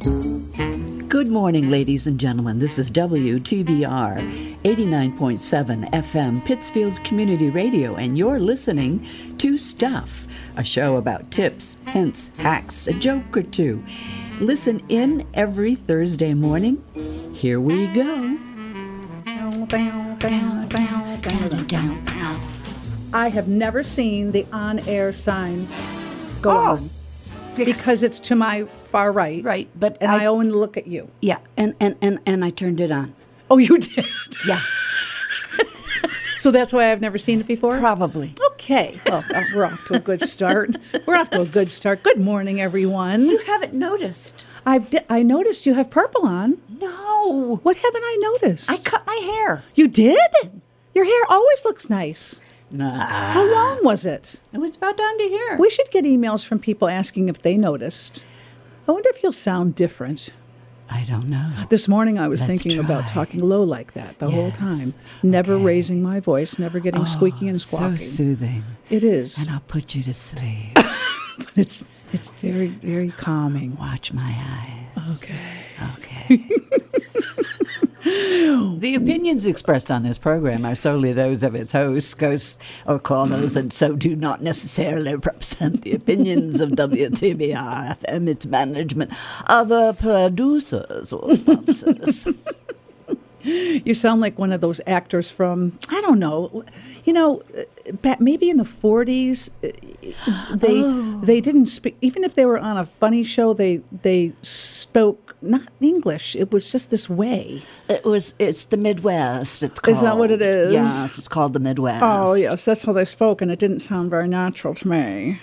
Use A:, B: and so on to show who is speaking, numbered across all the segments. A: Good morning, ladies and gentlemen. This is WTBR 89.7 FM, Pittsfield's Community Radio, and you're listening to Stuff, a show about tips, hints, hacks, a joke or two. Listen in every Thursday morning. Here we go.
B: I have never seen the on air sign go
A: Oh,
B: on because it's to my far right.
A: Right, but
B: and I,
A: I-
B: only look at you.
A: Yeah, and, and, and, and I turned it on.
B: Oh, you did.
A: Yeah,
B: so that's why I've never seen it before.
A: probably.
B: Okay. Well, uh, we're off to a good start. We're off to a good start. Good morning, everyone.
A: You haven't noticed.
B: I di- I noticed you have purple on.
A: No.
B: What haven't I noticed?
A: I cut my hair.
B: you did. Your hair always looks nice.
A: Nah.
B: How long was it?
A: It was about down to here.
B: We should get emails from people asking if they noticed. I wonder if you'll sound different.
A: I don't know.
B: This morning I was
A: Let's
B: thinking about
A: try.
B: talking low like that the whole
A: Yes.
B: time, never
A: Okay. Oh,
B: raising my voice, never getting squeaky and squawking.
A: So soothing.
B: it is.
A: And I'll put you to sleep.
B: It's it's very very calming.
A: Watch my eyes.
B: Okay.
A: Okay. the opinions expressed on this program are solely those of its hosts, ghosts, or callers, and so do not necessarily represent the opinions of WTBR FM, its management, other producers, or sponsors.
B: You sound like one of those actors from I don't know, you know, uh, ba- maybe in the forties, uh, they
A: Oh.
B: they didn't speak. Even if they were on a funny show, they they spoke not English. It was just this way.
A: it was. It's the Midwest. It's called.
B: Is that what it is?
A: Yes, it's called the Midwest.
B: Oh yes, that's how they spoke, and it didn't sound very natural to me.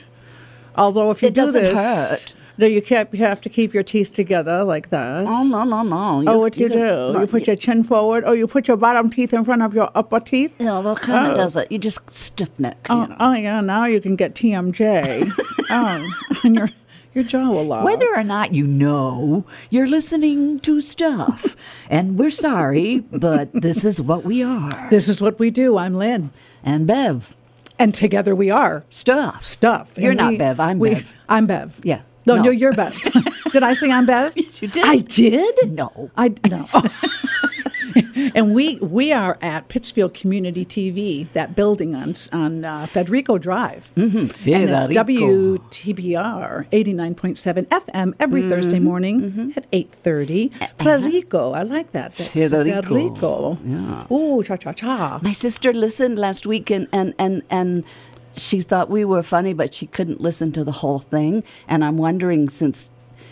B: Although if you
A: It
B: do
A: doesn't
B: this,
A: hurt.
B: No, you can't. You have to keep your teeth together like that.
A: Oh no no no!
B: oh, what do you,
A: can-
B: do?
A: no,
B: you put your chin forward. Oh, you put your bottom teeth in front of your upper teeth.
A: Yeah, well, kind of
B: Oh.
A: does it. You just stiff neck. you
B: Oh,
A: know.
B: oh yeah. Now you can get TMJ. oh, and your your jaw will lock.
A: Whether or not you know, you're listening to stuff. and we're sorry, but this is what we are.
B: this is what we do. I'm Lynn,
A: And Bev,
B: and together we are
A: stuff.
B: stuff.
A: You're
B: And
A: not
B: we-
A: Bev. I'm
B: we-
A: Bev.
B: I'm Bev.
A: Yeah.
B: No,
A: No.
B: no, you're Bev. did I say I'm Bev?
A: Yes, you did.
B: I did.
A: No.
B: I no. and we we are at Pittsfield Community TV, that building on s- on uh, Federico Drive. Mm-hmm. And it's
A: Federico.
B: WTBR eighty nine point seven FM every Thursday morning at eight thirty. Federico, I like that. That's
A: Federico.
B: Federico.
A: Yeah.
B: Ooh, cha cha cha.
A: My sister listened last week and, and, and, and she thought we were funny, but she couldn't listen to the whole thing. And I'm wondering since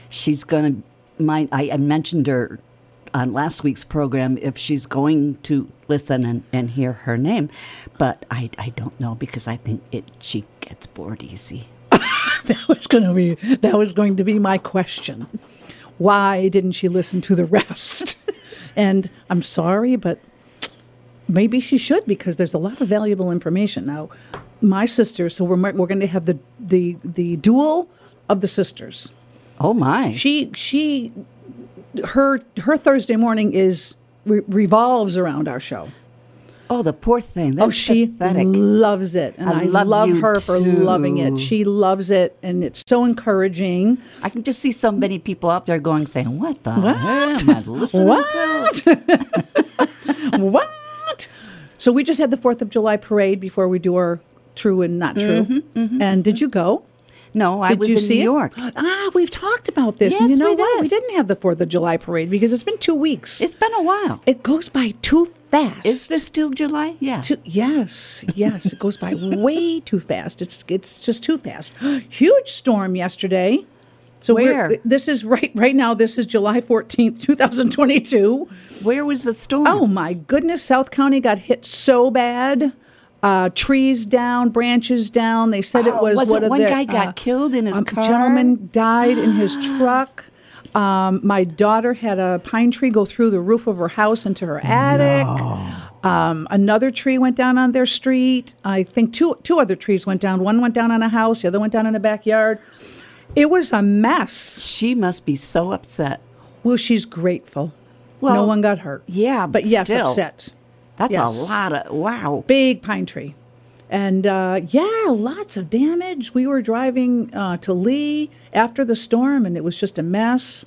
A: she's going to, my, I, I mentioned her on last week's program if she's going to listen and, and hear her name. But I, I don't know because I think it she gets bored easy.
B: That was going to be that was going to be my question. Why didn't she listen to the rest? and I'm sorry, but maybe she should because there's a lot of valuable information. Now, my sister, so we're mar- we're going to have the the the duel of the sisters.
A: Oh, my.
B: She she her her Thursday morning is re- revolves around our show.
A: oh, the poor thing. That's
B: Oh, she
A: pathetic.
B: loves it, and
A: I
B: I,
A: love
B: love
A: you
B: her for loving
A: too.
B: it. She loves it, and it's so encouraging.
A: I can just see so many people out there going, saying, What the
B: What?
A: hell am I listening to?
B: what? So we just had the Fourth of July parade before we do our true and not true. and did you go?
A: No, Mm-hmm, I
B: Did
A: was
B: you
A: in
B: see
A: New
B: it?
A: York.
B: Ah, we've talked about this. and you
A: Yes,
B: know
A: we
B: what?
A: did.
B: We didn't have the Fourth of July parade because it's been two weeks.
A: It's been a while.
B: it goes by too fast.
A: Is this still July? Yeah.
B: Too, yes, yes, it goes by way too fast. It's it's just too fast. Huge storm yesterday. So we're-
A: Where?
B: this is right right now. This is July fourteenth, two thousand twenty-two.
A: Where was the storm?
B: Oh my goodness, South County got hit so bad. uh, trees down, branches down. They said it
A: Oh,
B: was
A: was
B: one
A: it
B: of
A: one
B: the,
A: guy got
B: uh,
A: killed in his
B: um,
A: car?
B: Gentleman died in his truck. Um, my daughter had a pine tree go through the roof of her house into her attic. Um, another tree went down on their street. I think two two other trees went down. One went down on a house. The other went down in a backyard. It was a mess.
A: She must be so upset.
B: Well, she's grateful. no
A: Well,
B: one got hurt.
A: yeah,
B: but
A: but
B: yes,
A: still.
B: upset.
A: That's
B: Yes.
A: a lot of wow.
B: Big pine tree, and uh, yeah, lots of damage. We were driving uh, to Lee after the storm, and it was just a mess.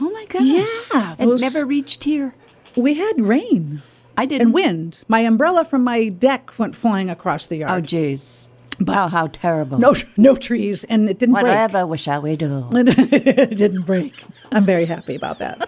A: Oh my gosh.
B: Yeah,
A: It
B: those-
A: never reached here.
B: We had rain
A: I didn't
B: and wind. My umbrella from my deck went flying across the
A: Oh
B: yard.
A: jeez. Wow, how terrible.
B: no, no trees, and it didn't break.
A: Whatever we shall we do?
B: it didn't break. I'm very happy about that.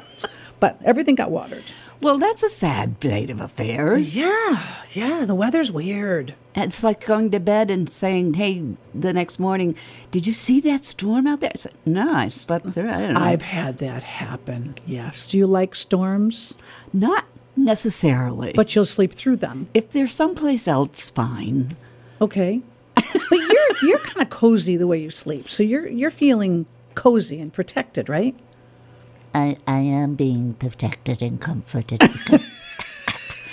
B: But everything got watered.
A: Well, that's a sad state of affairs.
B: Yeah, yeah. The weather's weird.
A: It's like going to bed and saying, "Hey," the next morning, "Did you see that storm out there?" It's like, no, I slept through. it. I don't know.
B: I've had that happen. Yes. Do you like storms?
A: Not necessarily,
B: But you'll sleep through them.
A: if they're someplace else, fine.
B: Okay. but you're you're kind of cozy the way you sleep. So you're you're feeling cozy and protected, right?
C: I, I am being protected and comforted because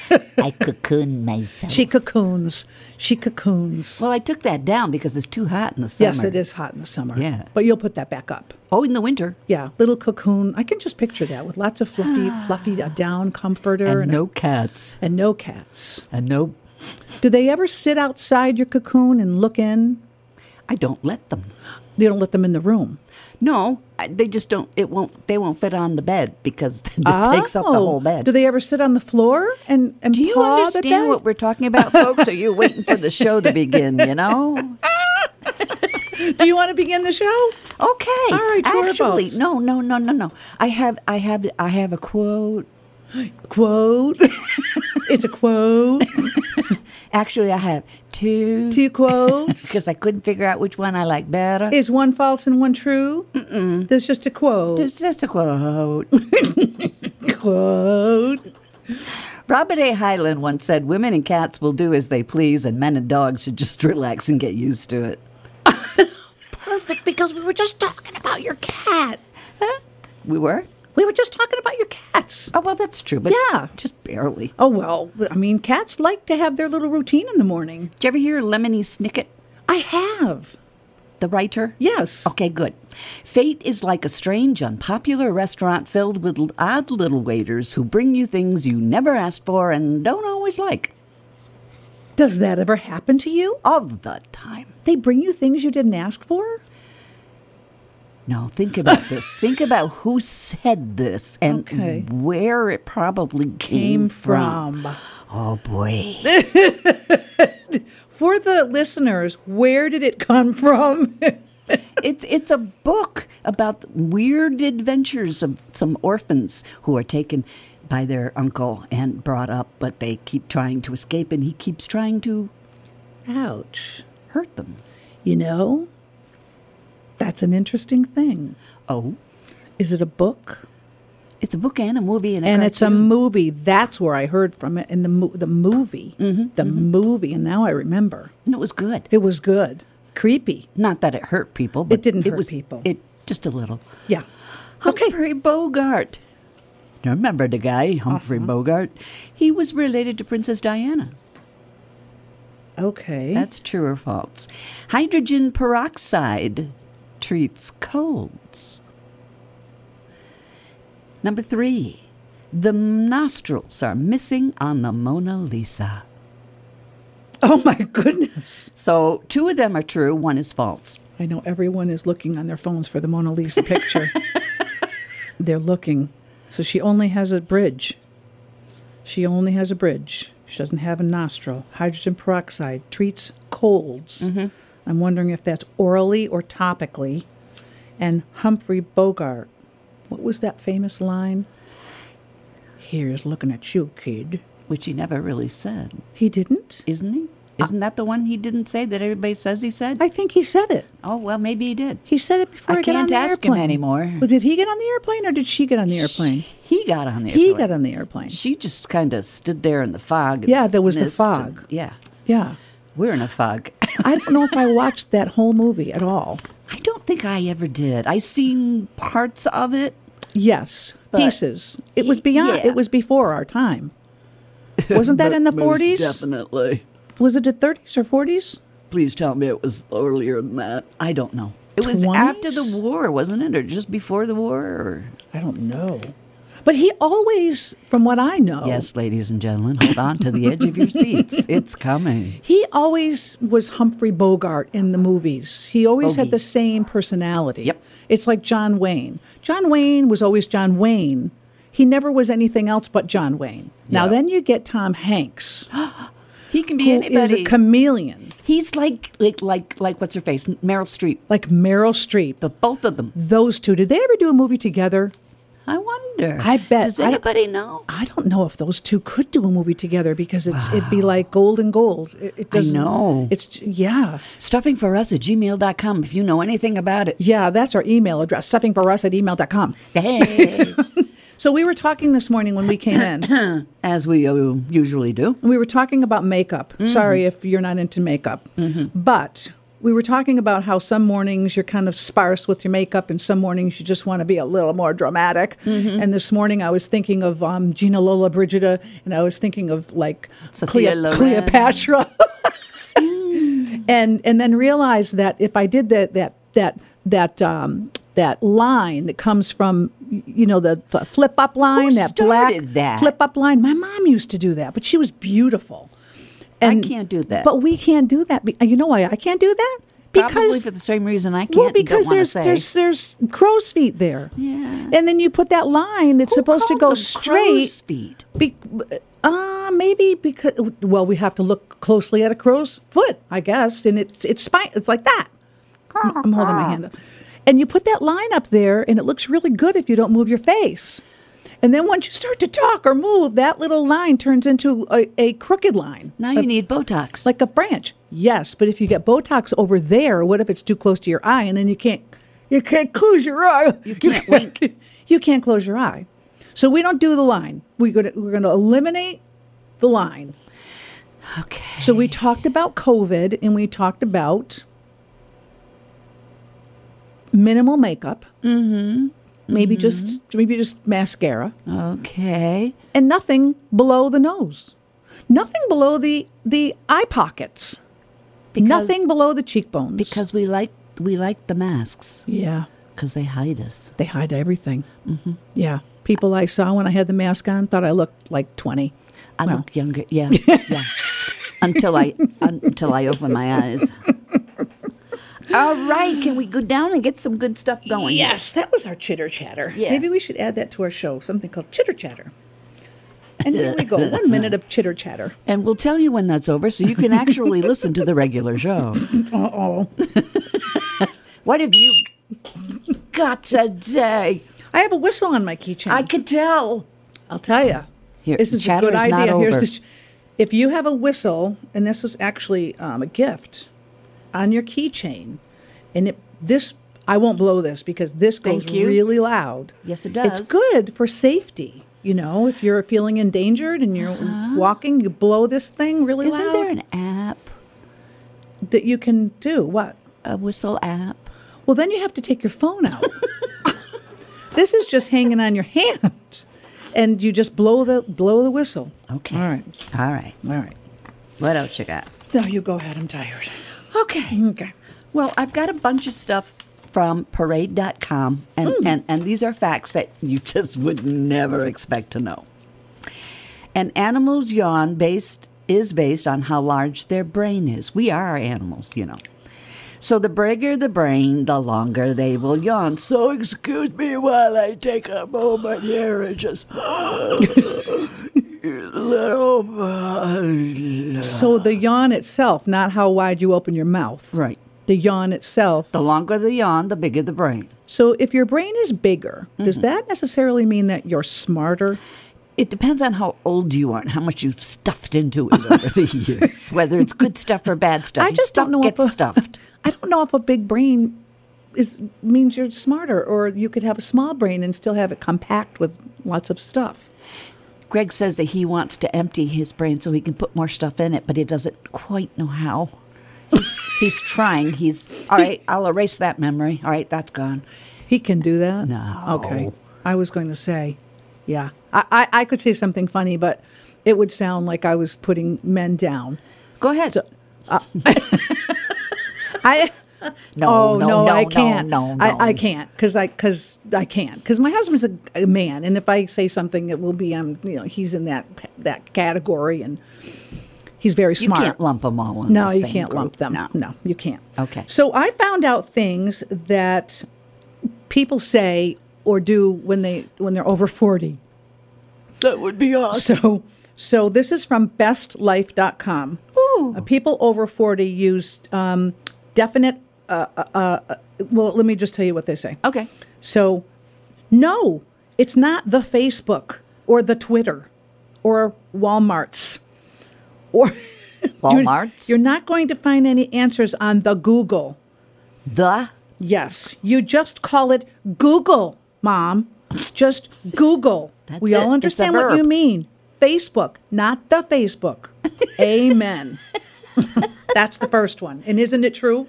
C: I cocoon myself.
B: She cocoons. She cocoons.
A: Well, I took that down because it's too hot in the summer.
B: yes, it is hot in the summer.
A: Yeah.
B: But you'll put that back up.
A: Oh, in the winter,
B: Yeah. Little cocoon. I can just picture that with lots of fluffy fluffy uh, down comforter
A: and
B: and,
A: no cats,
B: and no cats.
A: and no.
B: Do they ever sit outside your cocoon and look in?
A: I don't let them.
B: You don't let them in the room.
A: No, I, they just don't. It won't. They won't fit on the bed because it takes up the
B: Oh.
A: whole bed.
B: Do they ever sit on the floor and and
A: Do you
B: paw the bed?
A: understand what we're talking about, folks? Are you waiting for the show to begin? You know?
B: Do you want to begin the show?
A: Okay.
B: All right, Twitter
A: Actually,
B: bots.
A: no, no, no, no, no. I have, I have, I have a quote.
B: Quote. it's a quote.
A: Actually, I have two
B: Two quotes.
A: because I couldn't figure out which one I like better.
B: Is one false and one true? Mm-mm. There's just a quote.
A: It's just a quote.
B: quote.
A: Robert A. Highland once said, "Women and cats will do as they please, and men and dogs should just relax and get used to it."
B: Perfect, because we were just talking about your cat.
A: We were.
B: We were just talking about your cats.
A: Oh well, that's true, but
B: Yeah.
A: just barely.
B: Oh well, I mean, cats like to have their little routine in the morning.
A: Did you ever hear Lemony Snicket,
B: I have. Oh.
A: the writer?
B: Yes.
A: Okay, good. Fate is like a strange, unpopular restaurant filled with l- odd little waiters who bring you things you never asked for and don't always like.
B: Does that ever happen to you?
A: All the time.
B: They bring you things you didn't ask for?
A: Now, think about this. think about who said this and
B: Okay.
A: where it probably came,
B: Came
A: from.
B: from.
A: Oh, boy.
B: For the listeners, where did it come from?
A: it's, it's a book about weird adventures of some orphans who are taken by their uncle and brought up, but they keep trying to escape, and he keeps trying to
B: Ouch.
A: hurt them.
B: You know, that's an interesting thing.
A: Oh,
B: Is it a book?
A: it's a book and a movie and a
B: and it's a
A: cartoon.
B: movie. That's where I heard from it. And the mo- the movie,
A: Mm-hmm.
B: the movie, and now I remember
A: and it was good.
B: it was good. Creepy.
A: Not that it hurt people, but
B: didn't
A: it
B: hurt
A: was,
B: people.
A: It just a little.
B: Yeah.
A: Humphrey Bogart. Uh-huh. Now remember the guy Humphrey Bogart? He was related to Princess Diana.
B: Okay.
A: That's true or false? Hydrogen peroxide treats colds. Number three, the nostrils are missing on the Mona Lisa.
B: oh my goodness.
A: So two of them are true, one is false.
B: I know everyone is looking on their phones for the Mona Lisa picture. They're looking. So she only has a bridge. She only has a bridge. She doesn't have a nostril. Hydrogen peroxide treats colds. I'm wondering if that's orally or topically. And Humphrey Bogart. What was that famous line? Here's looking at you, kid.
A: which he never really said,
B: He didn't?
A: isn't he? Isn't that the one he didn't say that everybody says he said?
B: I think he said it.
A: oh well, maybe he did.
B: He said it before
A: I
B: I, got on
A: can't
B: the
A: ask him
B: airplane.
A: anymore.
B: Well, did he get on the airplane or did she get on the airplane?
A: He got on the
B: He
A: airplane.
B: got on the airplane.
A: She just kind of stood there in the fog. and
B: Yeah, there was the
A: mist and-
B: fog.
A: yeah,
B: Yeah.
A: We're in a fog.
B: I don't know if I watched that whole movie at all.
A: I don't think I ever did. I seen parts of it.
B: Yes,
A: But-
B: pieces. It was beyond.
A: Yeah.
B: It was before our time. Wasn't that in the forties?
A: Definitely.
B: Was it the thirties or forties?
A: Please tell me it was earlier than that. I don't know. It was
B: 20s?
A: after the war, wasn't it, or just before the war? Or?
B: I don't know. But he always, from what I know,
A: Yes, ladies and gentlemen, hold on to the edge of your seats. It's coming.
B: he always was Humphrey Bogart in the movies. He always had
A: Bogey.
B: the same personality.
A: Yep.
B: It's like John Wayne. John Wayne was always John Wayne. He never was anything else but John Wayne. Now
A: Yeah.
B: then you get Tom Hanks, who
A: He can be
B: is
A: anybody.
B: a chameleon,
A: He's like like like like what's her face? Meryl Streep.
B: like Meryl Streep.
A: The both of them.
B: Those two, did they ever do a movie together?
A: I wonder.
B: I bet-
A: Does
B: I don't-
A: anybody know?
B: I don't know if those two could do a movie together because it's it'd be like gold and gold. It, it
A: I
B: doesn't.
A: know.
B: It's yeah,
A: Stuffing for us at gmail.com if you know anything about it.
B: yeah. That's our email address: stuffingforus at email.com.
A: Hey,
B: So we were talking this morning when we came in, and
A: as we uh, usually do.
B: we were talking about makeup.
A: Mm-hmm.
B: Sorry if you're not into makeup, but we were talking about how some mornings you're kind of sparse with your makeup, and some mornings you just want to be a little more dramatic.
A: Mm-hmm.
B: And this morning I was thinking of um, Gina Lola Brigida, and I was thinking of like
A: Sophia
B: Cleo-
A: Loren.
B: Cleopatra. and and then realize that if I did that that that that um, that line that comes from you know the, the flip up line that black
A: started that?
B: flip up line. My mom used to do that, but she was beautiful. And-
A: can't do that.
B: But we can't do that. Be- you know why I can't do that?
A: Probably
B: Because
A: for the same reason I can't.
B: well,
A: and don't
B: because
A: wanna
B: there's
A: say.
B: there's there's crow's feet there.
A: Yeah.
B: And then you put that line that's
A: Who
B: supposed to
A: called
B: go
A: them
B: straight.
A: crow's feet?
B: Be, uh, maybe because well, we have to look closely at a crow's foot, I guess, and it's it's spine. It's like that. I'm I'm holding my hand up, and you put that line up there, and it looks really good if you don't move your face. And then once you start to talk or move, that little line turns into a, a crooked line,
A: Now you need Botox.
B: like a branch. Yes, but if you get Botox over there, what if it's too close to your eye, and then you can't you can't close your eye. You
A: can't wink.
B: you can't close your eye. So we don't do the line. We're going to, we're going to eliminate the line.
A: okay.
B: So we talked about COVID and we talked about minimal makeup. Mm-hmm. Maybe just maybe just mascara
A: Okay.
B: and nothing below the nose. Nothing below the the eye pockets.
A: Because,
B: nothing below the cheekbones.
A: because we like we like the masks
B: yeah.
A: because they hide us.
B: They hide everything. Mm-hmm. Yeah. People I saw when I had the mask on thought I looked like 20.
A: I
B: Well.
A: look younger. Yeah. Yeah. until I until I open my eyes. All right, can we go down and get some good stuff going? here?
B: Yes, that was our chitter chatter.
A: Yes.
B: Maybe we should add that to our show, something called chitter chatter. And here we go, one minute of chitter chatter.
A: And we'll tell you when that's over so you can actually listen to the regular show.
B: Uh oh.
A: What have you got today?
B: I have a whistle on my keychain.
A: I could tell.
B: I'll tell you.
A: Here,
B: this is a
A: chatter
B: good
A: is not
B: idea. Here's
A: over.
B: the ch- if you have a whistle, and this is actually um, a gift on your keychain, and it this I won't blow this because this goes
A: Thank you.
B: really loud.
A: Yes, it
B: It's
A: does.
B: good for safety. You know, if you're feeling endangered and you're walking, you blow this thing really
A: Uh-huh. Isn't
B: loud
A: there an app,
B: that you can do what?
A: a whistle app?
B: Well, then you have to take your phone out. this is just hanging on your hand, and you just blow the blow the whistle.
A: Okay.
B: All right.
A: All right.
B: All right.
A: What else you got?
B: No, you go ahead. I'm tired.
A: Okay.
B: Okay.
A: Well, I've got a bunch of stuff from parade.com, and, and, and these are facts that you just would never expect to know. An animal's yawn based is based on how large their brain is. We are animals, you know. So the bigger the brain, the longer they will yawn. So excuse me while I take a moment here and just uh, little
B: So the yawn itself, not how wide you open your mouth.
A: right.
B: The yawn itself.
A: The longer the yawn, the bigger the brain.
B: So if your brain is bigger,
A: Mm-hmm.
B: does that necessarily mean that you're smarter?
A: It depends on how old you are and how much you've stuffed into it over the years, whether it's good stuff or bad stuff.
B: I
A: You
B: just don't know if
A: gets
B: a-
A: stuffed.
B: I don't know if a big brain is means you're smarter, or you could have a small brain and still have it compact with lots of stuff.
A: Greg says that he wants to empty his brain so he can put more stuff in it, but he doesn't quite know how. He's, he's trying. He's all right. I'll erase that memory. All right, that's gone.
B: He can do that?
A: No.
B: Okay. I was going to say, yeah. I, I, I could say something funny, but it would sound like I was putting men down.
A: Go ahead.
B: I.
C: No,
B: oh,
C: no, no,
B: I
C: no,
B: can't.
C: no, no.
B: I, I can't because I because I can't because my husband's a, a man, and if I say something, it will be um you know he's in that that category, and he's very
A: you
B: smart.
A: can't lump them all in.
B: No,
A: the
B: you
A: same
B: can't
A: group.
B: lump them.
A: No.
B: no, you can't.
A: Okay.
B: So I found out things that people say or do when they when they're over forty.
A: That would be us.
B: So, so this is from bestlife.com. Ooh. Uh, people over 40 use um, definite, uh, uh, uh, uh, well, let me just tell you what they say.
A: Okay.
B: So, no, it's not the Facebook or the Twitter or Walmart's or you're-
C: Walmart's?
B: You're, not going to find any answers on the Google.
A: The
B: Yes, you just call it Google, mom. Just Google.
A: That's
B: we
A: it. It's
B: all
A: a
B: understand what
A: verb.
B: you mean. Facebook, not the Facebook. Amen. That's the first one. And isn't it true?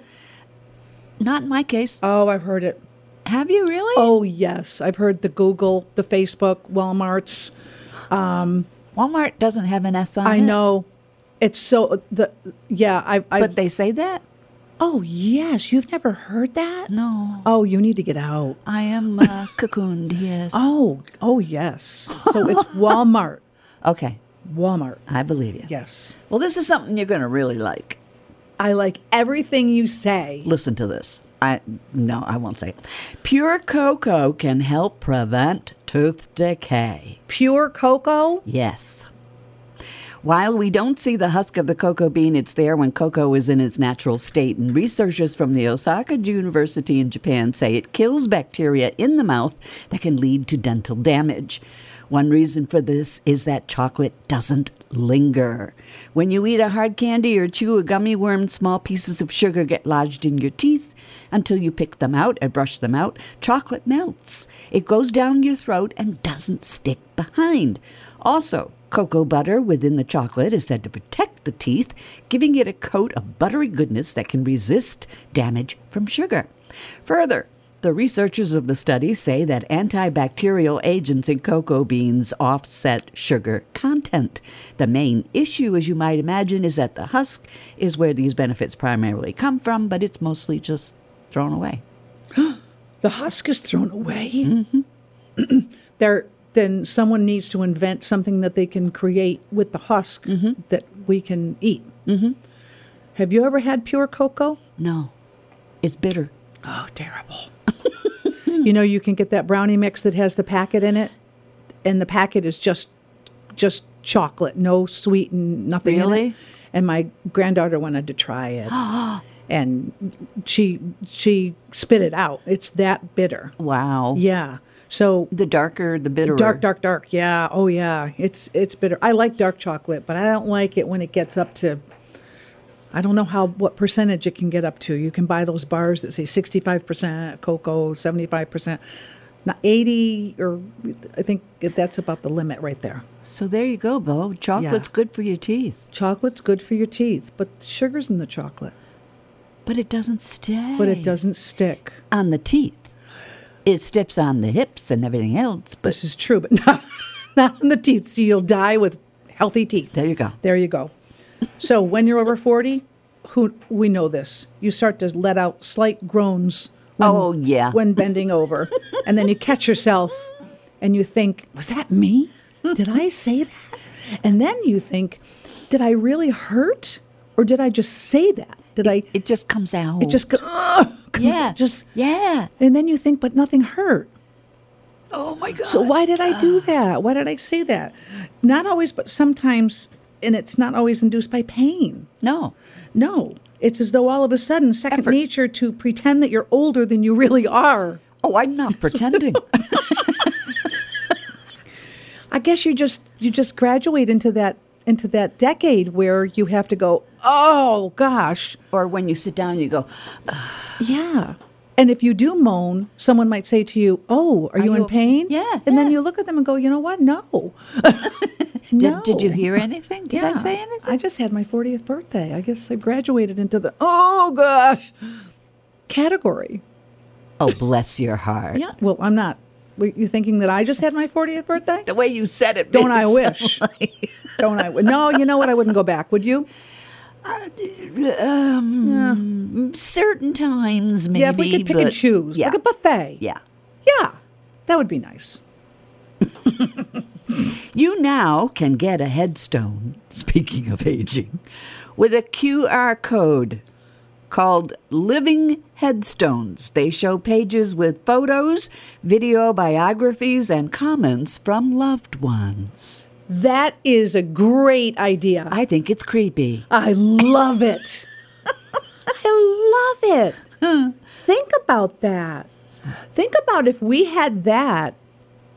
A: not in my case.
B: Oh, I've heard it.
A: Have you really?
B: Oh, yes. I've heard the Google, the Facebook, Walmart's.
A: Walmart doesn't have an S on
B: I
A: it,
B: know. It's so the yeah, I I
A: but they say that.
B: Oh, yes. You've never heard that?
A: No,
B: Oh, you need to get out.
A: I am uh, cocooned. Yes.
B: Oh, oh yes. So it's Walmart.
A: Okay,
B: Walmart.
A: I believe you.
B: Yes.
A: Well, this is something you're going to really like.
B: I like everything you say.
A: Listen to this. I no, I won't say it. Pure cocoa can help prevent tooth decay.
B: Pure cocoa?
A: Yes. While we don't see the husk of the cocoa bean, it's there when cocoa is in its natural state. And researchers from the Osaka University in Japan say it kills bacteria in the mouth that can lead to dental damage. One reason for this is that chocolate doesn't linger. When you eat a hard candy or chew a gummy worm, small pieces of sugar get lodged in your teeth until you pick them out and brush them out. Chocolate melts, it goes down your throat and doesn't stick behind. Also, cocoa butter within the chocolate is said to protect the teeth, giving it a coat of buttery goodness that can resist damage from sugar. Further, the researchers of the study say that antibacterial agents in cocoa beans offset sugar content. The main issue, as you might imagine, is that the husk is where these benefits primarily come from, but it's mostly just thrown away.
B: The husk is thrown away. Mm-hmm. there, then someone needs to invent something that they can create with the husk that we can eat. Mm-hmm. Have you ever had pure cocoa?
A: No, it's bitter.
B: Oh, terrible. you know, you can get that brownie mix that has the packet in it, and the packet is just just chocolate, no sweet and nothing. in it.
A: Really?
B: And my granddaughter wanted to try it. and she she spit it out. It's that bitter.
A: Wow.
B: Yeah. So
A: The darker, the bitterer.
B: dark, dark, dark. Yeah. Oh yeah. It's it's bitter. I like dark chocolate, but I don't like it when it gets up to I don't know how what percentage it can get up to. You can buy those bars that say sixty five percent cocoa, seventy five percent. Not eighty or I think that's about the limit right there.
A: So there you go, Bo. Chocolate's good for your teeth,
B: Chocolate's good for your teeth, but the sugar's in the chocolate.
A: but it doesn't stay.
B: But it doesn't stick.
A: on the teeth. It sticks on the hips and everything else. But
B: This is true, but not, not on the teeth. So you'll die with healthy teeth.
A: there you go.
B: There you go. So when you're over 40, who we know this. You start to let out slight groans when,
A: Oh, yeah.
B: when bending over. and then you catch yourself and you think, was that me? Did I say that? And then you think, did I really hurt or did I just say that? Did I
A: It just comes out.
B: it just go- comes-
A: yeah,
B: just
A: yeah.
B: and then you think, but nothing hurt. Oh my God. So why did I do that? Why did I say that? Not always, but sometimes, and it's not always induced by pain.
A: No,
B: No, it's as though all of a sudden, second
A: Effort.
B: nature to pretend that you're older than you really are.
A: oh, I'm not pretending.
B: I guess you just you just graduate into that into that decade where you have to go, oh gosh,
A: or when you sit down, you go,
B: yeah. And if you do moan, someone might say to you, "Oh, are, you,
A: you
B: in
A: okay?"
B: pain?"
A: Yeah,
B: And then
A: yeah.
B: you look at them and go, "You know what? No." No.
D: Did, did you hear anything? Did I
B: Yeah.
D: say anything?
B: I just had my 40th birthday. I guess I graduated into the oh gosh category.
A: Oh, bless your heart.
B: Yeah. Well, I'm not. Were you thinking that I just had my 40th birthday?
D: The way you said it.
B: Don't
D: made
B: I
D: it sound
B: wish?
D: like-
B: Don't I? No, you know what? I wouldn't go back. Would you?
A: Certain times, maybe.
B: yeah, if we could pick and
A: but-
B: choose,
A: Yeah.
B: like a buffet.
A: yeah.
B: Yeah, that would be nice.
A: You now can get a headstone, speaking of aging, with a QR code called Living Headstones. They show pages with photos, video biographies, and comments from loved ones.
B: That is a great idea.
A: I think it's creepy.
B: I love it. I love it. Think about that. Think about if we had that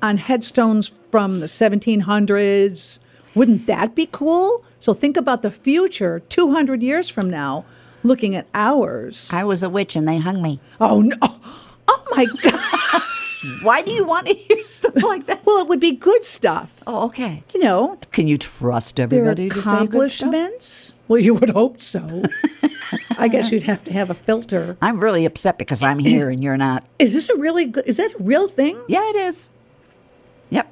B: on headstones from the 1700s. Wouldn't that be cool? So think about the future 200 years from now, looking at ours.
C: I was a witch and they hung me.
B: Oh, no. Oh, my God.
A: Why do you want to hear stuff like that?
B: Well, it would be good stuff.
A: Oh, okay.
B: You know,
A: Can you trust
B: their
A: everybody to say good stuff?
B: accomplishments. Well, you would hope so. I guess you'd have to have a filter.
A: I'm really upset because I'm here and you're not.
B: Is this a really good? Is that a real thing?
A: Yeah, it is. Yep.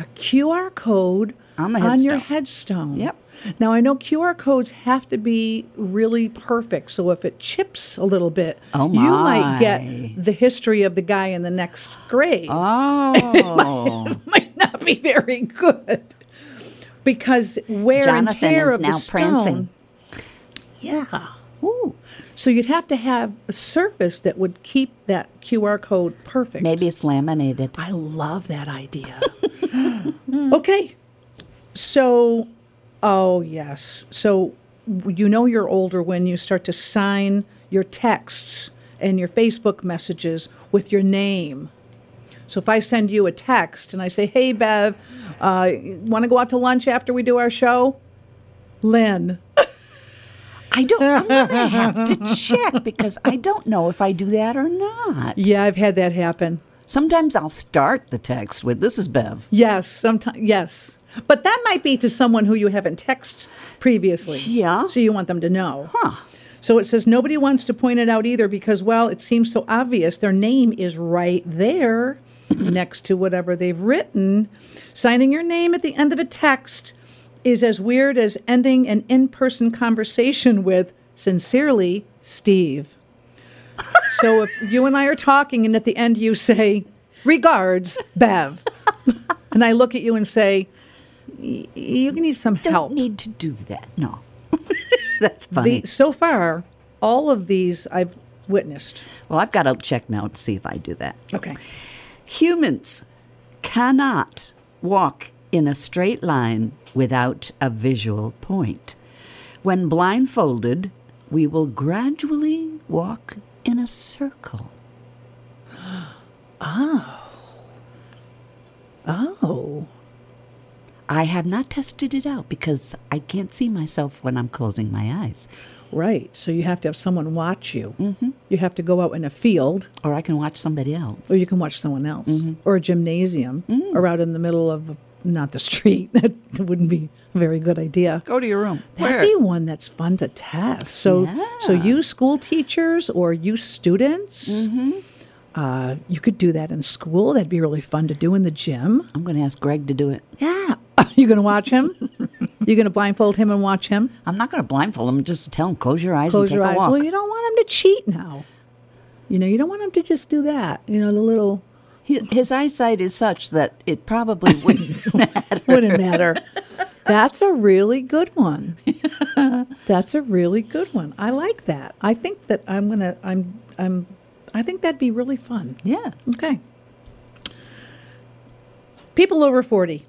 B: A QR code
A: On the
B: your
A: headstone.
B: headstone.
A: Yep.
B: Now I know QR codes have to be really perfect, so if it chips a little bit,
A: Oh,
B: you might
A: my.
B: get the history of the guy in the next grade.
A: Oh.
B: might not be very good because wear and
C: Jonathan
B: tear
C: is
B: of
C: now
B: the stone.
C: prancing.
B: Yeah. Ooh. So you'd have to have a surface that would keep that QR code perfect.
C: Maybe it's laminated.
B: I love that idea. okay. So, oh, yes. So, you know you're older when you start to sign your texts and your Facebook messages with your name. So, if I send you a text and I say, hey, Bev, uh, want to go out to lunch after we do our show? Lynn.
A: I don't. I'm gonna have to check because I don't know if I do that or not.
B: Yeah, I've had that happen.
A: Sometimes I'll start the text with "This is Bev."
B: Yes, sometimes. Yes. But that might be to someone who you haven't texted previously.
A: Yeah.
B: So you want them to know.
A: Huh.
B: So it says nobody wants to point it out either because, well, it seems so obvious. Their name is right there next to whatever they've written. Signing your name at the end of a text is as weird as ending an in person conversation with, sincerely, Steve. so if you and I are talking and at the end you say, regards, Bev, and I look at you and say, "Y- you need some
A: Don't
B: help.
A: need to do that. No, that's funny.
B: The, so far, all of these I've witnessed.
A: well, I've got to check now to see if I do that.
B: Okay.
A: Humans cannot walk in a straight line without a visual point. When blindfolded, we will gradually walk in a circle.
B: Oh.
A: I have not tested it out because I can't see myself when I'm closing my eyes.
B: Right. So you have to have someone watch you. Mm-hmm. You have to go out in a field,
A: Or I can watch somebody else.
B: or Oh, you can watch someone else, or a gymnasium, or out in the middle of not the street. that wouldn't be a very good idea.
A: Go to your room.
B: That'd be one that's fun to test. So, so you school teachers or you students,
A: Mm-hmm.
B: uh, you could do that in school. That'd be really fun to do in the gym.
A: I'm going to ask Greg to do it.
B: Yeah. you gonna watch him? you gonna blindfold him and watch him?
A: I'm not going to blindfold him. Just tell him, close your eyes
B: close
A: and take
B: your
A: a
B: eyes.
A: walk.
B: Well, you don't want him to cheat now. You know, you don't want him to just do that. You know, the little
A: His, his eyesight is such that it probably wouldn't matter.
B: wouldn't matter. That's a really good one. That's a really good one. I like that. I think that I'm gonna. I'm. I'm. I think that'd be really fun.
A: Yeah.
B: Okay. People over 40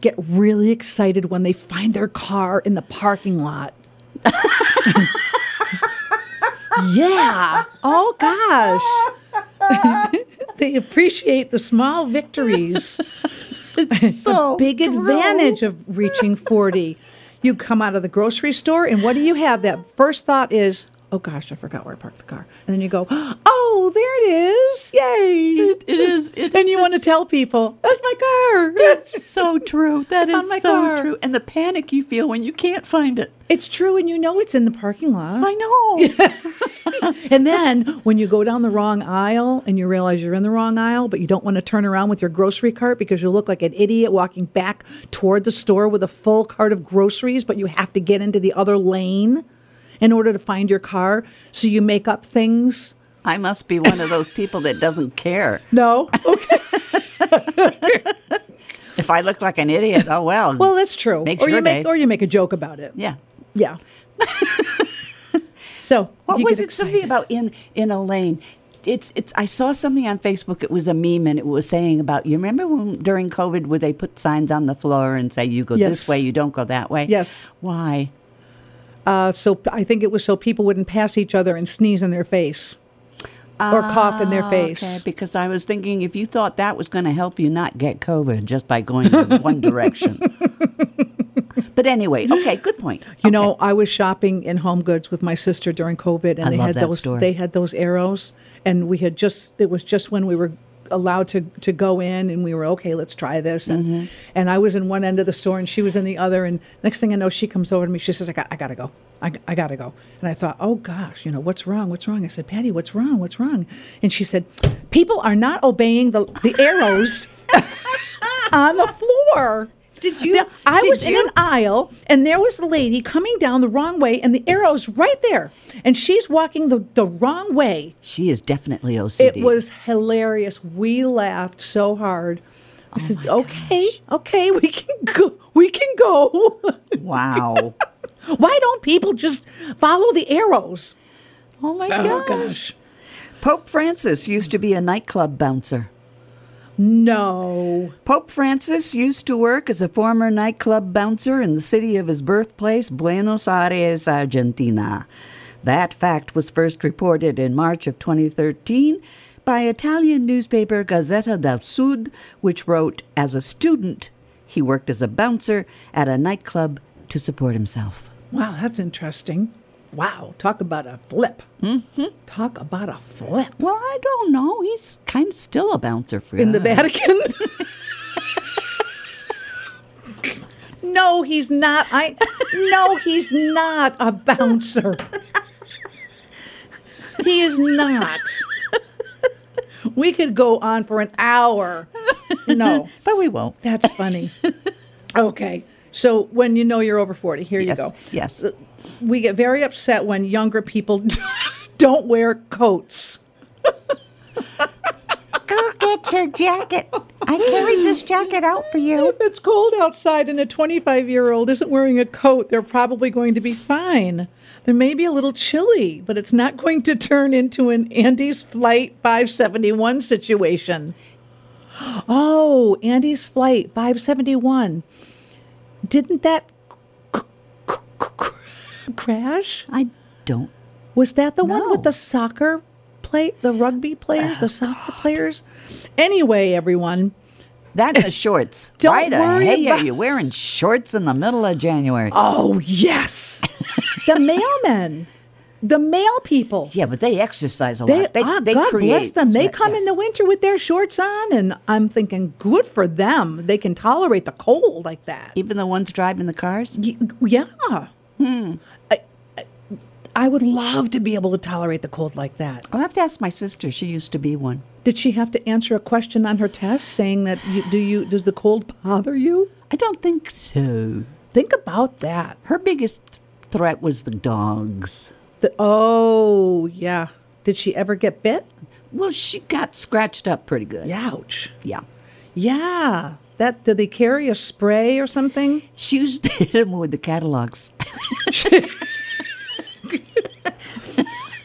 B: get really excited when they find their car in the parking lot. yeah. Oh, gosh. they appreciate the small victories. It's
A: Oh,
B: a big advantage of reaching 40. You come out of the grocery store, and what do you have? That first thought is, oh gosh, I forgot where I parked the car. And then you go, oh, there it is. Yay.
A: It is. It
B: and you want to tell people, that's my car.
A: That's so true. That
B: Found
A: is
B: my
A: so
B: car.
A: true. And the panic you feel when you can't find it.
B: It's true, and you know it's in the parking lot.
A: I know.
B: And then when you go down the wrong aisle and you realize you're in the wrong aisle, but you don't want to turn around with your grocery cart because you look like an idiot walking back toward the store with a full cart of groceries, but you have to get into the other lane in order to find your car. So you make up things.
A: I must be one of those people that doesn't care.
B: No. Okay.
A: If I look like an idiot, oh well.
B: well, that's true.
A: Makes
B: or you
A: your
B: make
A: day.
B: or you make a joke about it.
A: yeah.
B: Yeah. so
A: What
B: you
A: was
B: get
A: it? Something
B: excited.
A: about in in a lane. It's it's. I saw something on Facebook. It was a meme, and it was saying about you remember when during COVID, where they put signs on the floor and say you go
B: Yes.
A: this way, you don't go that way.
B: Yes.
A: Why?
B: Uh, so I think it was so people wouldn't pass each other and sneeze in their face or cough in their face.
A: Ah, Okay, because I was thinking if you thought that was going to help you not get COVID just by going in one direction. But anyway, okay, good point.
B: You know, I was shopping in Home Goods with my sister during COVID, and
A: I
B: they
A: love
B: had
A: that
B: those
A: store.
B: they had those arrows, and we had just it was just when we were allowed to to go in, and we were okay, let's try this, and
A: Mm-hmm.
B: and I was in one end of the store, and she was in the other, and next thing I know, she comes over to me, she says, I got I gotta go, I, I gotta go, and I thought, oh gosh, you know what's wrong, what's wrong? I said, Patty, what's wrong, what's wrong? And she said, people are not obeying the the arrows on the floor.
A: Did you-
B: Now, I
A: did
B: was in
A: you-
B: an aisle, and there was a lady coming down the wrong way, and the arrow's right there, and she's walking the, the wrong way.
A: She is definitely OCD.
B: It was hilarious. We laughed so hard.
A: Oh
B: I said, "Okay, okay, we can go. We can go.
A: wow.
B: Why don't people just follow the arrows?"
A: oh my gosh.
B: gosh.
A: Pope Francis used to be a nightclub bouncer.
B: No.
A: Pope Francis used to work as a former nightclub bouncer in the city of his birthplace, Buenos Aires, Argentina. That fact was first reported in March of 2013 by Italian newspaper Gazzetta del Sud, which wrote As a student, he worked as a bouncer at a nightclub to support himself.
B: Wow, that's interesting. Wow, talk about a flip. Mm-hmm. Talk about a flip.
A: Well, I don't know. He's kind of still a bouncer for
B: in the
A: us.
B: Vatican. no, he's not. I no, he's not a bouncer. He is not. We could go on for an hour. No,
D: But we won't.
B: that's funny. Okay. So when you know you're over 40, here you
A: Yes,
B: go.
A: yes.
B: We get very upset when younger people don't wear coats.
C: Go get your jacket. I carried this jacket out for you.
B: If it's cold outside and a 25 year old isn't wearing a coat, they're probably going to be fine. There may be a little chilly, but it's not going to turn into an Andy's Flight 571 situation. Oh, Andy's Flight 571. Didn't that c- c- c- crash?
A: I don't.
B: Was that the one with
A: No.
B: the soccer play, the rugby players, the soccer players? Anyway, everyone.
A: That's the shorts.
B: Don't
A: Why the
B: worry
A: hey
B: about-
A: are you wearing shorts in the middle of January?
B: Oh, yes. the mailmen, the mail people.
A: Yeah, but they exercise a
B: They,
A: lot. They,
B: ah,
A: they
B: God bless
A: create
B: them. They
A: sweat,
B: come in
A: yes.
B: the winter with their shorts on, and I'm thinking, good for them. They can tolerate the cold like that.
A: Even the ones driving the cars.
B: Y- yeah. Hmm. I, I- I would love to be able to tolerate the cold like that.
A: I'll have to ask my sister. She used to be one.
B: Did she have to answer a question on her test saying that you, do you does the cold bother you?
A: I don't think so.
B: Think about that.
A: Her biggest threat was the dogs.
B: The, oh yeah. Did she ever get bit?
A: Well, she got scratched up pretty good.
B: Ouch.
A: Yeah.
B: Yeah. That do they carry a spray or something?
A: She used to hit him with the catalogs.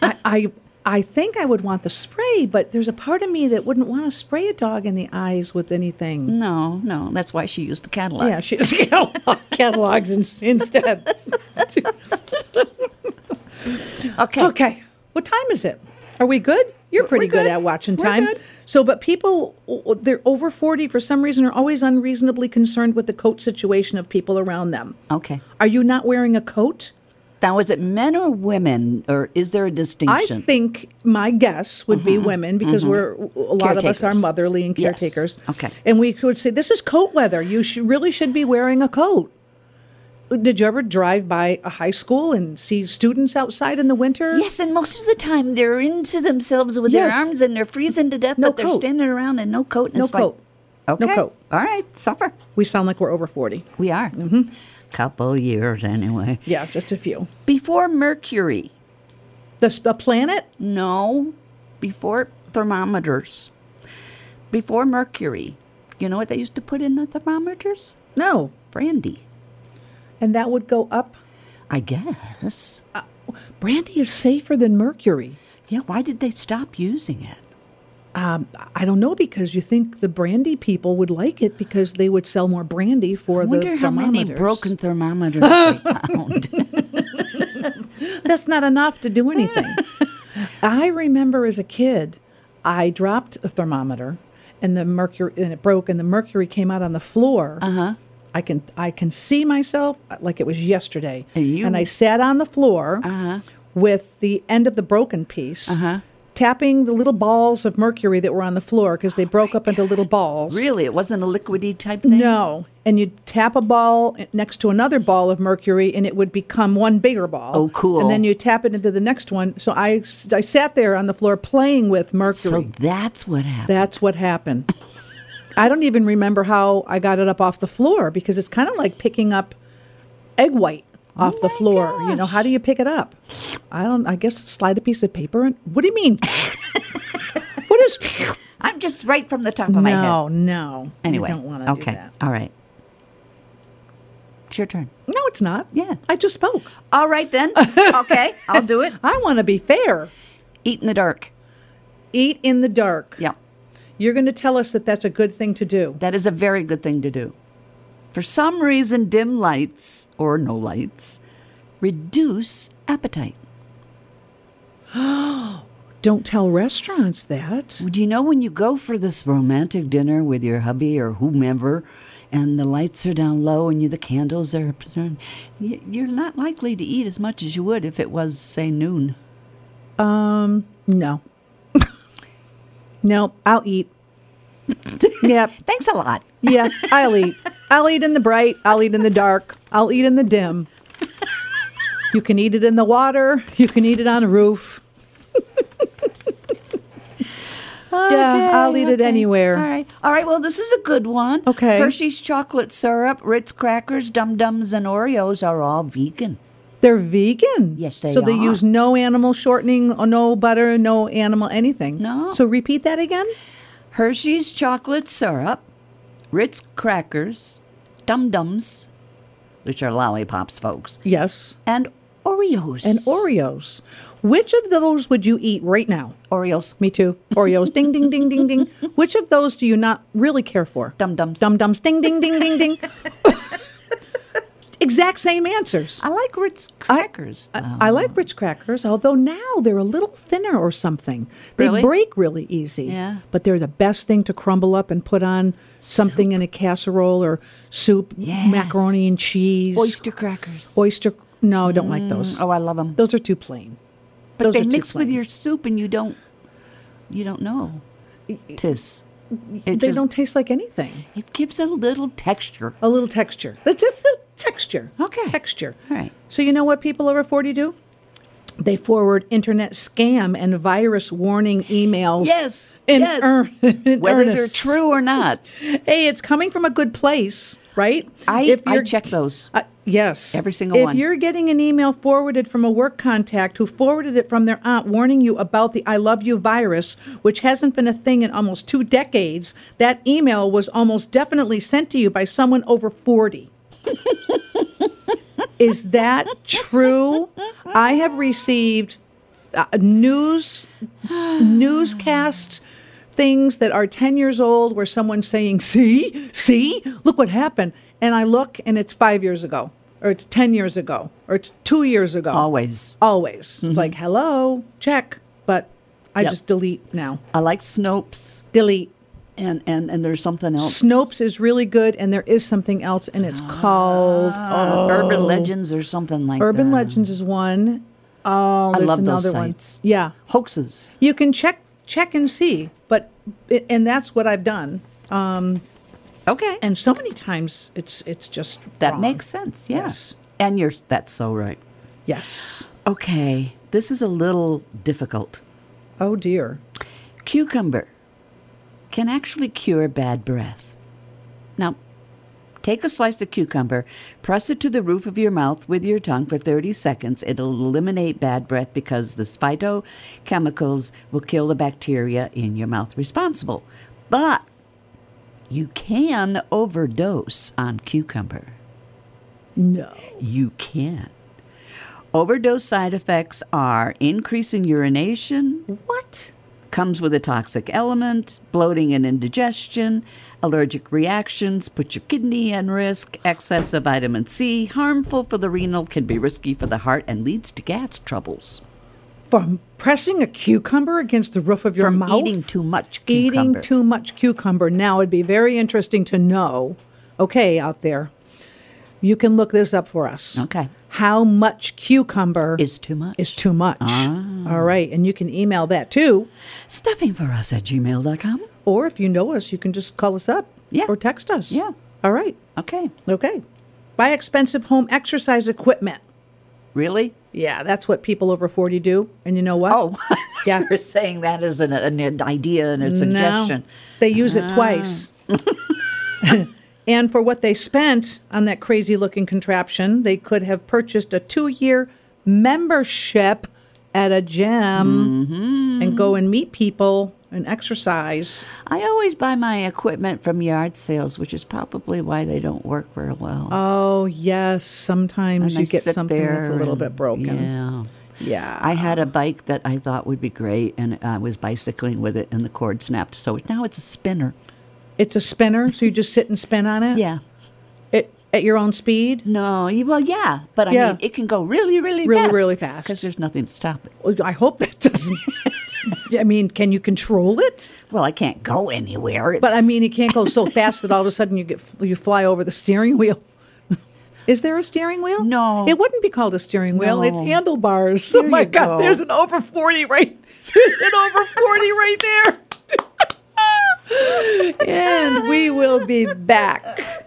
B: I, I I think I would want the spray, but there's a part of me that wouldn't want to spray a dog in the eyes with anything.
A: No, no. That's why she used the catalog.
B: Yeah, she catalog, catalogs in, instead.
A: Okay.
B: Okay. What time is it? Are we good? You're
A: We're-
B: pretty
A: we're
B: good.
A: good.
B: at watching
A: We're
B: time.
A: good.
B: So, but people, w- they're over 40 for some reason, are always unreasonably concerned with the coat situation of people around them.
A: Okay.
B: Are you not wearing a coat?
A: Now, is it men or women, or is there a
B: I
A: distinction?
B: think my guess would be women because we're a lot of us
A: Mm-hmm.
B: are
A: Caretakers.
B: motherly and
A: Yes.
B: caretakers.
A: Okay.
B: And we could say this is coat weather. You should, really should be wearing a coat. Did you ever drive by a high school and see students outside in the winter?
A: Yes, and most of the time they're into themselves with
B: Yes.
A: their arms and they're freezing to death,
B: No
A: but they're
B: coat.
A: standing around in no coat. And
B: No
A: it's like,
B: coat.
A: okay.
B: coat.
A: All right, suffer.
B: We sound like we're over 40.
A: We are. Mm-hmm. Couple years anyway.
B: Yeah, just a few.
A: Before Mercury,
B: The, s- the planet?
A: no, before thermometers, before Mercury, you know what they used to put in the thermometers?
B: No.
A: Brandy,
B: And that would go up.
A: I guess.
B: Brandy is safer than mercury.
A: Yeah, why did they stop using it?
B: Um, I don't know because you think the brandy people would like it because they would sell more brandy for
A: I wonder
B: the
A: how many
B: thermometers.
A: broken thermometers they found.
B: That's not enough to do anything. I remember as a kid, I dropped a thermometer, and the mercury and it broke, and the mercury came out on the floor. Uh
A: Uh-huh.
B: huh. I can I can see myself like it was yesterday,
A: And you- Uh-huh.
B: I sat on the floor with the end of the broken piece. Tapping the little balls of mercury that were on the floor because they broke up into little balls.
A: Really, it wasn't a liquidy type thing.
B: No. And you'd tap a ball next to another ball of mercury and it would become one bigger ball.
A: Oh, cool.
B: And then you tap it into the next one. So I, s- I sat there on the floor playing with
A: So
B: mercury.
A: that's what happened.
B: That's what happened. I don't even remember how I got it up off the floor because it's kind of like picking up egg white off
A: Oh
B: the floor. You know, how do you pick it up? I don't, I guess slide a piece of paper and what do you mean? what is,
A: I'm just right from the top of my
B: no,
A: head.
B: no. You
A: Anyway,
B: don't want to
A: okay,
B: do that.
A: all right. It's your turn.
B: No, it's not.
A: Yeah.
B: I just spoke.
A: All right then. okay, I'll do it.
B: I want to be fair.
A: Eat in the dark.
B: Eat in the dark.
A: Yeah,
B: You're going to tell us that that's a good thing to do.
A: that is a very good thing to do. For some reason, dim lights or no lights reduce appetite.
B: Don't tell restaurants that.
A: Do you know when you go for this romantic dinner with your hubby or whomever, and the lights are down low and you the candles are, y- you're not likely to eat as much as you would if it was say noon.
B: No. no, I'll eat. yep.
A: Thanks a lot.
B: Yeah, I'll eat. I'll eat in the bright. I'll eat in the dark. I'll eat in the dim. You can eat it in the water. You can eat it on a roof. yeah, I'll eat it anywhere.
A: All right. All right. Well, this is a good one.
B: Okay.
A: Hershey's chocolate syrup, Ritz crackers, Dum Dums, and Oreos are all vegan.
B: They're vegan.
A: Yes, they
B: so So they
A: are.
B: use no animal shortening, or no butter, no animal anything.
A: No.
B: So repeat that again.
A: Hershey's chocolate syrup, Ritz crackers, Dum Dums, which are lollipops, folks,
B: Yes.
A: and Oreos.
B: And Oreos. Which of those would you eat right now?
A: Oreos.
B: Me too. Oreos. ding, ding, ding, ding, ding. Which of those do you not really care for?
A: Dum Dums.
B: Dum dums. Ding, ding, ding, ding, ding. exact same answers.
A: I like Ritz crackers. though.
B: I like Ritz crackers, although now they're a little thinner or something. They
A: Really?
B: break really easy.
A: Yeah.
B: But they're the best thing to crumble up and put on something in a casserole or soup, macaroni and cheese,
A: oyster crackers.
B: oyster- No, I don't like those.
A: Oh, I love them.
B: Those are too plain.
A: But
B: those
A: they
B: are too
A: mix with
B: plain.
A: your soup, and you don't, you don't know. Tis. It
B: they
A: just-
B: don't taste like anything.
A: It gives a little texture.
B: A little texture. That's just the texture.
A: Okay.
B: Texture.
A: All right.
B: So you know what people over 40 do? They forward internet scam and virus warning emails.
A: Yes.
B: In
A: yes.
B: earn- in
A: Whether they're
B: earnest.
A: true or not.
B: Hey, it's coming from a good place, right?
A: I, I
B: you're-
A: check those.
B: Uh, yes.
A: Every single
B: if
A: one.
B: you're getting an email forwarded from a work contact who forwarded it from their aunt warning you about the I love you virus, which hasn't been a thing in almost two decades, that email was almost definitely sent to you by someone over 40. Is that true? I have received uh, news newscast things that are 10 years old where someone's saying, See, see, look what happened. And I look and it's five years ago, or it's 10 years ago, or it's two years ago.
A: Always. Mm-hmm.
B: Always. It's like, hello, check. But I
A: Yep.
B: just delete now.
A: I like Snopes.
B: Delete.
A: and and and there's something else.
B: Snopes is really good, and there is something else, and it's
A: Ah.
B: called oh,
A: Uh, Urban Legends or something like
B: Urban
A: that.
B: Legends is one. Oh,
A: I
B: there's
A: love those
B: another one.
A: sites.
B: Yeah,
A: Hoaxes.
B: you can check check and see, but and that's what I've done. Um,
A: Okay.
B: and so many times it's it's just
A: that
B: wrong.
A: makes sense. Yeah.
B: Yes.
A: And you're that's so right.
B: yes.
A: Okay. This is a little difficult.
B: Oh dear.
A: Cucumber can actually cure bad breath. Now, take a slice of cucumber, press it to the roof of your mouth with your tongue for 30 seconds. It'll eliminate bad breath because the phytochemicals will kill the bacteria in your mouth responsible. But you can overdose on cucumber.
B: No.
A: You can. Overdose side effects are increasing urination,
B: What?
A: comes with a toxic element, bloating and indigestion, allergic reactions, put your kidney at risk, excess of vitamin C, harmful for the renal, can be risky for the heart, and leads to gas troubles.
B: From pressing a cucumber against the roof of your
A: From
B: mouth.
A: eating too much
B: Eating
A: cucumber.
B: too much cucumber. Now it'd be very interesting to know. Okay, out there, you can look this up for us.
A: Okay.
B: How much cucumber
A: is too much.
B: is too much?
A: Ah.
B: All right, and you can email that too,
A: Stuffing for us at gmail.com.
B: or if you know us, you can just call us up.
A: Yeah.
B: Or text us.
A: Yeah.
B: All right.
A: Okay.
B: Okay. Buy expensive home exercise equipment.
A: Really?
B: Yeah, that's what people over 40 do. And you know what?
A: Oh,
B: yeah.
A: you're saying that is an, an idea and a suggestion. Ah.
B: No, they use it twice. and for what they spent on that crazy looking contraption, they could have purchased a two year membership at a gym
A: Mm-hmm.
B: and go and meet people and exercise.
A: I always buy my equipment from yard sales, which is probably why they don't work real well.
B: Oh, yes. Sometimes
A: And
B: you
A: I
B: get
A: sit
B: something that's a
A: there
B: little
A: and-
B: bit broken.
A: Yeah.
B: Yeah.
A: I had a bike that I thought would be great, and I was bicycling with it, and the cord snapped. So now it's a spinner.
B: It's a spinner, so you just sit and spin on it?
A: Yeah.
B: At, at your own speed?
A: No. you- Well, yeah, but I
B: Yeah.
A: mean, it can go really, really,
B: Really,
A: fast.
B: really fast.
A: Because there's nothing to stop it.
B: Well, I hope that doesn't. I mean, can you control it?
A: Well, I can't go anywhere.
B: But I
A: It's-
B: mean, you can't go so fast that all of a sudden you get you fly over the steering wheel. Is there a steering wheel?
A: No.
B: It wouldn't be called a steering wheel. It's
A: No.
B: handlebars. oh
A: There
B: my
A: you
B: God!
A: go.
B: There's an over forty right. There's an over forty right there. and we will be back.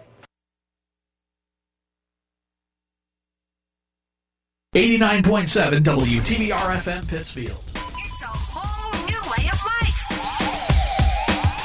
E: Eighty-nine point seven WTBR FM Pittsfield.
F: It's a whole new way of life.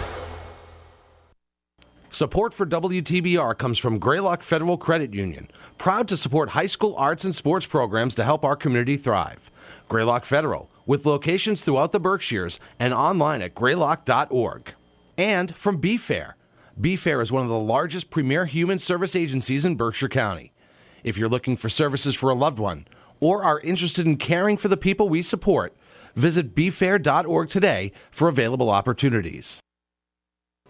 F: Well, let's hear it.
G: Support for WTBR comes from Greylock Federal Credit Union, proud to support high school arts and sports programs to help our community thrive. Greylock Federal, with locations throughout the Berkshires and online at greylock.org. And from BeFair. BeFair is one of the largest premier human service agencies in Berkshire County. If you're looking for services for a loved one or are interested in caring for the people we support, visit befair.org today for available opportunities.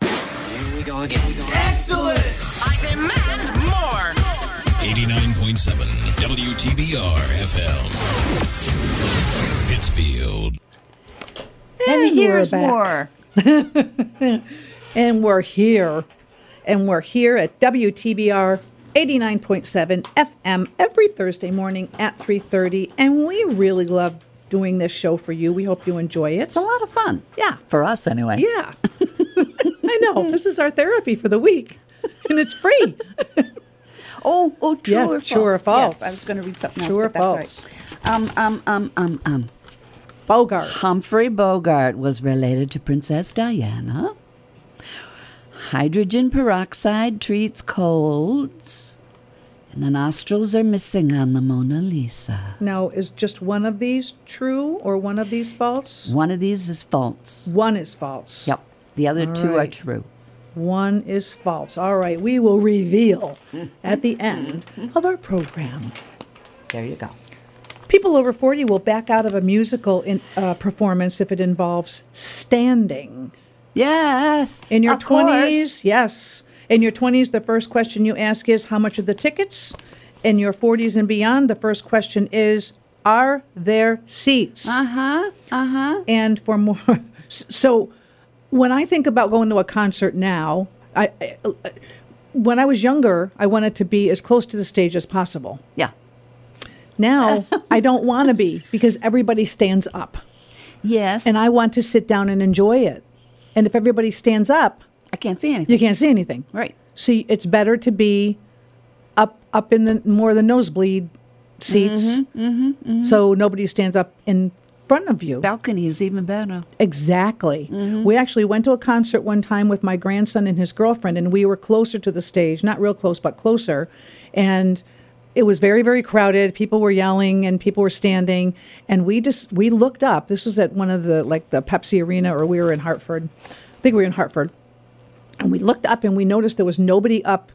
F: Here we go again.
H: I demand more.
I: 89.7 WTBR FM. Pittsfield.
D: And
B: we're
D: here's
B: eh, back.
D: more.
B: And we're here. And we're here at WTBR 89.7 FM every Thursday morning at 3:30 and we really love doing this show for you. We hope you enjoy it.
A: it's a lot of fun.
B: Yeah.
A: For us, anyway.
B: Yeah. I know. This is our therapy for the week. And it's free.
A: Oh, oh, true
B: Yeah,
A: or false?
B: true or false.
A: Yes, I was going to read something else.
B: True or
A: but that's all
B: false?
A: right. Um, um, um, um, um.
B: Bogart.
A: Humphrey Bogart was related to Princess Diana. Hydrogen peroxide treats colds. And the nostrils are missing on the Mona Lisa.
B: Now, is just one of these true or one of these false?
A: One of these is false.
B: One is false.
A: Yep. The other
B: All
A: two
B: right.
A: are true.
B: One is false. All right, we will reveal at the end of our program.
A: There you go.
B: People over 40 will back out of a musical in, uh, performance if it involves standing.
A: Yes.
B: In your
A: of course.
B: 20s, yes. In your 20s, the first question you ask is, How much are the tickets? In your 40s and beyond, the first question is, Are there seats?
A: Uh huh. Uh huh.
B: and for more so when i think about going to a concert now I, I uh, when i was younger i wanted to be as close to the stage as possible
A: Yeah.
B: now i don't want to be because everybody stands up
A: Yes.
B: and i want to sit down and enjoy it and if everybody stands up
A: I can't see anything.
B: you can't see anything
A: Right.
B: see it's better to be up up in the more the nosebleed seats so nobody stands up in front of you
A: Balcony is even better.
B: Exactly.
A: Mm-hmm.
B: We actually went to a concert one time with my grandson and his girlfriend, and we were closer to the stage, not real close, but closer. And it was very, very crowded. People were yelling and people were standing. And we just, we looked up. This was at one of the, like the Pepsi Arena, or we were in Hartford. I think we were in Hartford. And we looked up and we noticed there was nobody up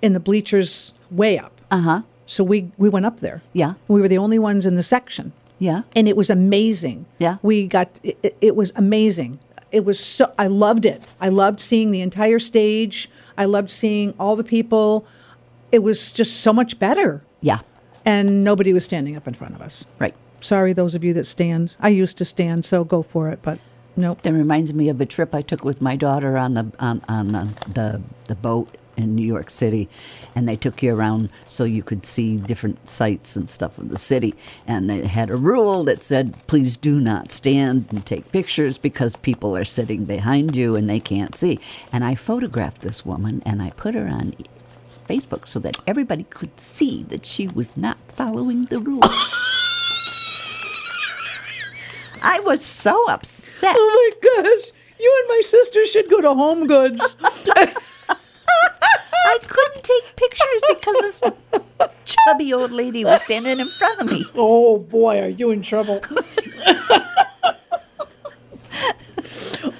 B: in the bleachers way up.
A: Uh huh.
B: So we, we went up there.
A: Yeah.
B: We were the only ones in the section
A: Yeah.
B: and it was amazing.
A: Yeah.
B: we got it, it was amazing. It was so I loved it. I loved seeing the entire stage. I loved seeing all the people. It was just so much better,
A: Yeah.
B: and nobody was standing up in front of us.
A: Right.
B: Sorry, those of you that stand. I used to stand, so go for it. But nope.
A: That reminds me of a trip I took with my daughter on the on, on the, the the boat in New York City, and they took you around so you could see different sights and stuff of the city. And they had a rule that said, "Please do not stand and take pictures because people are sitting behind you and they can't see." And I photographed this woman and I put her on Facebook so that everybody could see that she was not following the rules. I was so upset.
B: Oh my gosh, you and my sister should go to Home Goods.
A: I couldn't take pictures because this chubby old lady was standing in front of me.
B: Oh boy, are you in trouble?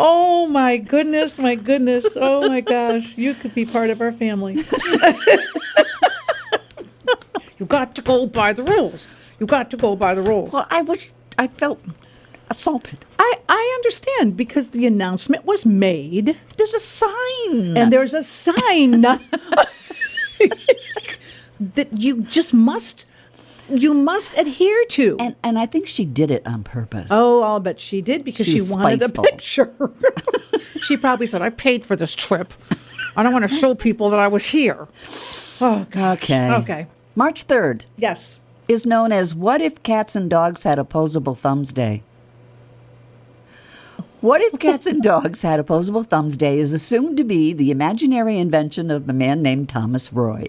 B: oh my goodness, my goodness. Oh my gosh, you could be part of our family. you got to go by the rules. You got to go by the rules.
A: Well, I was, I felt assaulted.
B: I, I understand because the announcement was made
A: There's a sign.
B: and there's a sign that you just must you must adhere to.
A: and and I think she did it on purpose.
B: Oh, I'll bet she did because
A: She
B: she,
A: was
B: wanted
A: spiteful.
B: a picture. she probably said, I paid for this trip. I don't want to show people that I was here. Oh, God.
A: Okay.
B: Okay.
A: March 3rd
B: Yes.
A: is known as What If Cats and Dogs Had Opposable Thumbs Day? What if cats and dogs had opposable thumbs day is assumed to be the imaginary invention of a man named Thomas Roy.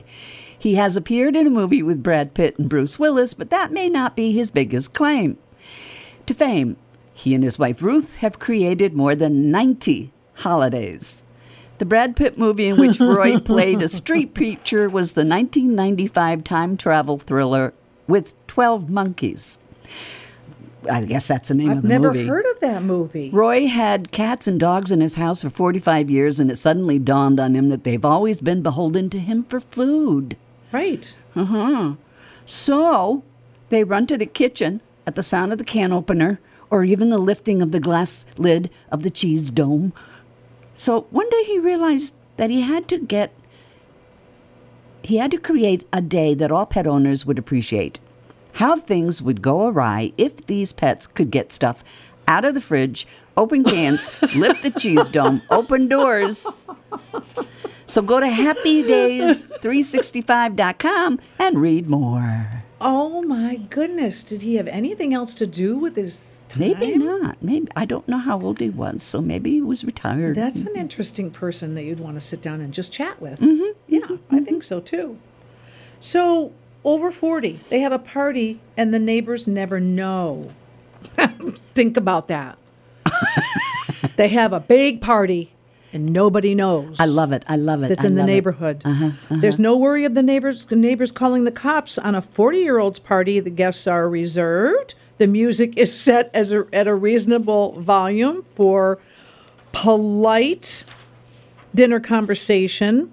A: He has appeared in a movie with Brad Pitt and Bruce Willis, but that may not be his biggest claim to fame. He and his wife Ruth have created more than 90 holidays. The Brad Pitt movie in which Roy played a street preacher was the 1995 time travel thriller with 12 monkeys. I guess that's the name of
B: I've
A: the
B: never
A: movie.
B: heard of that movie.
A: Roy had cats and dogs in his house for 45 years, and it suddenly dawned on him that they've always been beholden to him for food.
B: Right.
A: So they run to the kitchen at the sound of the can opener or even the lifting of the glass lid of the cheese dome. So one day he realized that he had to get, he had to create a day that all pet owners would appreciate. How things would go awry if these pets could get stuff out of the fridge, open cans, lift the cheese dome, open doors. So go to happydays365.com and read more.
B: Oh, my goodness. Did he have anything else to do with his time?
A: Maybe not. Maybe I don't know how old he was, so maybe he was retired.
B: That's an interesting person that you'd want to sit down and just chat with. Mm-hmm. Yeah, I think so too. So, over 40, they have a party and the neighbors never know. think about that. they have a big party and nobody knows.
A: I love it. I love it.
B: That's
A: I
B: in the
A: love it. Uh-huh,
B: neighborhood. There's no worry of the neighbors neighbors calling the cops on a 40 year old's party. The guests are reserved. The music is set as a, at a reasonable volume for polite dinner conversation.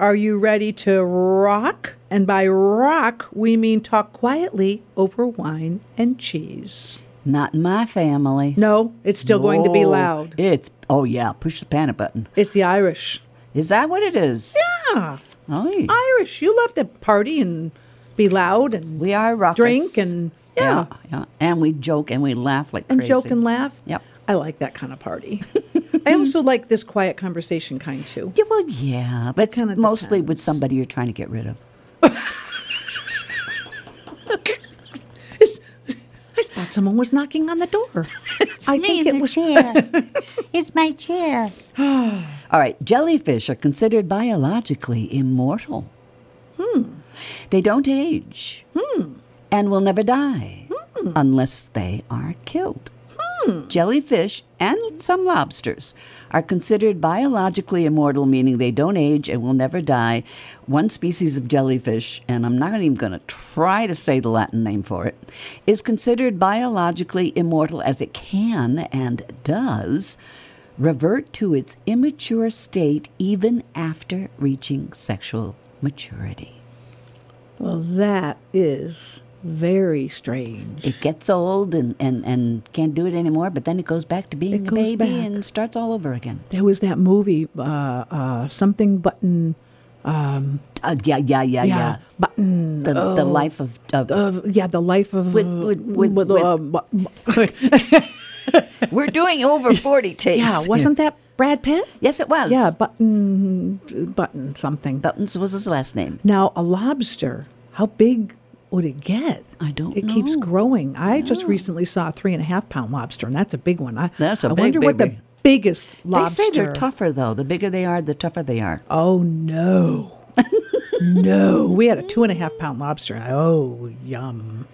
B: Are you ready to rock? And by rock, we mean talk quietly over wine and cheese.
A: Not in my family.
B: No, it's still going to be
A: Whoa.
B: loud.
A: It's oh yeah, push the panic button.
B: It's the Irish.
A: Is that what it is? Oh,
B: Ah,
A: Oy.
B: Irish. You love to party and be loud and
A: we are rockers.
B: drink and yeah,
A: yeah, yeah. and we joke and we laugh like
B: and
A: crazy.
B: joke and laugh.
A: Yep.
B: I like that kind of party. I also like this quiet conversation kind too.
A: Yeah, well, yeah, but it's
B: kinda
A: mostly with
B: depends.
A: somebody you're trying to get rid of.
B: It's- I thought someone was knocking on the door. I
C: me
B: think
C: in
B: it
C: the
B: was
C: chair. it's my chair.
A: All right, jellyfish are considered biologically immortal. Hmm. They don't age. Hmm. And will never die unless they are killed. Hmm. Jellyfish and some lobsters are considered biologically immortal, meaning they don't age and will never die. One species of jellyfish, and I'm not even going to try to say the Latin name for it, is considered biologically immortal as it can and does revert to its immature state even after reaching sexual maturity.
B: Well, that is very strange.
A: It gets old and, and, and can't do it anymore, but then it goes back to being a
B: goes
A: baby
B: back.
A: and starts all over again.
B: There was that movie, uh, uh, something button.
A: Uh, yeah, yeah, yeah, Uh. yeah.
B: button.
A: The, the
B: oh,
A: life of. of
B: of- yeah, the life of
A: With-
B: uh,
A: with- with- with-
B: uh, bu-
A: we're doing over 40 takes.
B: yeah, wasn't that Brad Pitt?
A: Yes, it was.
B: Yeah, button button something.
A: Buttons was his last name.
B: Now a lobster, how big would it get?
A: I don't
B: It keeps
A: know.
B: growing. I just recently saw a three and a half pound lobster, and that's a big one. I,
A: That's a
B: I
A: big
B: wonder what the
A: baby.
B: biggest lobster.
A: They say they're tougher, though. The bigger they are, the tougher they are.
B: Oh no. no, we had a two and a half pound lobster. and I- Oh, yum.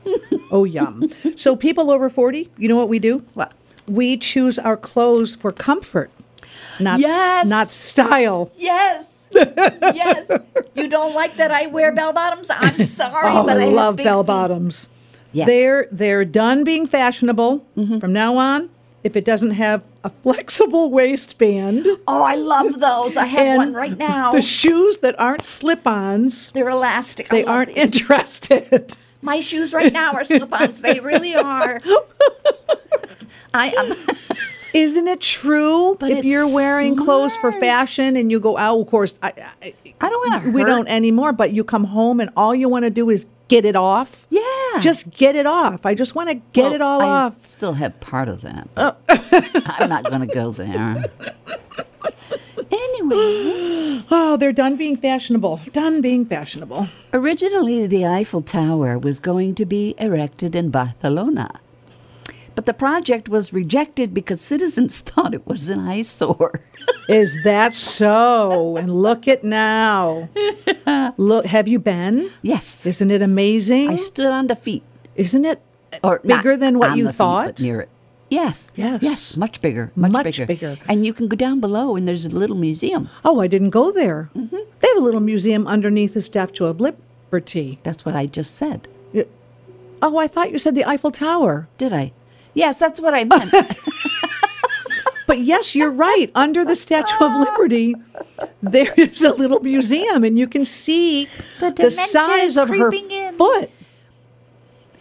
B: Oh, yum. so, people over 40, you know what we do?
A: What?
B: We choose our clothes for comfort, not, s-
A: Yes.
B: not style.
A: Yes. yes. You don't like that I wear bell bottoms? I'm sorry,
B: Oh,
A: but I,
B: I
A: have
B: love
A: big
B: bell
A: feet.
B: bottoms.
A: Yes. Mm-hmm.
B: They're they're done being fashionable from now on. If it doesn't have a flexible waistband,
A: Oh, I love those. I have
B: And
A: one right now.
B: the shoes that aren't slip-ons,
A: They're elastic. I
B: they
A: love
B: aren't
A: these.
B: interested.
A: My shoes right now are slip-ons. they really are. I am.
B: Isn't it true?
A: But
B: if
A: it's
B: you're wearing clothes for
A: smart.
B: fashion and you go out, of course, I, I,
A: I don't wanna
B: We
A: hurt.
B: don't anymore. But you come home and all you want to do is get it off.
A: Yeah.
B: just get it off. I just want to get it all
A: I
B: off. Oh.
A: Still have part of that. I'm not going to go there. Anyway,
B: Oh, they're done being fashionable. Done being fashionable.
A: originally the Eiffel Tower was going to be erected in Barcelona. But the project was rejected because citizens thought it was an eyesore.
B: Is that so? And look at now. Look, have you been?
A: yes.
B: Isn't it amazing?
A: I stood on the feet.
B: Isn't it
A: or
B: bigger
A: not
B: than what
A: on
B: you
A: the feet,
B: thought?
A: but near it. Yes.
B: Yes.
A: Yes. Much bigger. Much,
B: Much
A: bigger.
B: bigger.
A: And you can go down below, and there's a little museum.
B: oh, I didn't go there.
A: Mm-hmm.
B: They have a little museum underneath the Statue of Liberty.
A: That's what I just said.
B: Oh, I thought you said the Eiffel Tower.
A: Did I? Yes, that's what I meant.
B: But yes, you're right. Under the Statue of Liberty, there is a little museum, and you can see the,
C: dementia
B: size
C: is
B: of her
C: creeping in.
B: foot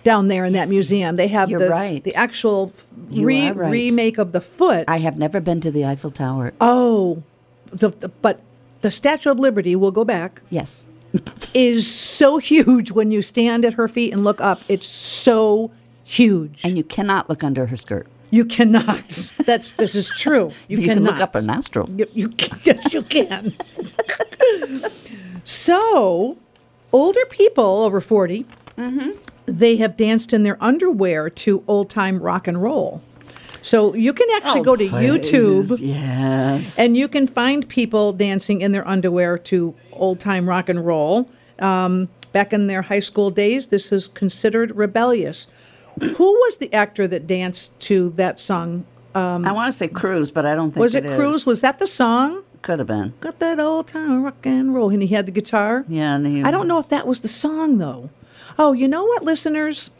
B: down there in that museum. They have
A: You're
B: the,
A: right.
B: the actual f-
A: You
B: re-
A: are right.
B: remake of the foot.
A: I have never been to the Eiffel Tower.
B: Oh, the, the, but the Statue of Liberty, we'll go back,
A: Yes.
B: is so huge when you stand at her feet and look up. It's so huge.
A: And you cannot look under her skirt.
B: you cannot. That's this is true. You,
A: You can
B: cannot.
A: look up her nostril.
B: You, you can, yes, you can. so, older people over 40, they have danced in their underwear to old time rock and roll. So, you can actually
A: Oh,
B: go to YouTube
A: Yes.
B: and you can find people dancing in their underwear to old time rock and roll. Um, back in their high school days, this is considered rebellious. Who was the actor that danced to that song,
A: I want to say Cruise, but I don't think
B: Was it Cruise? Was that the song?
A: Could have been.
B: Got that old time rock and roll. And he had the guitar.
A: Yeah, and he-
B: I don't know if that was the song, though. Oh, you know what, listeners?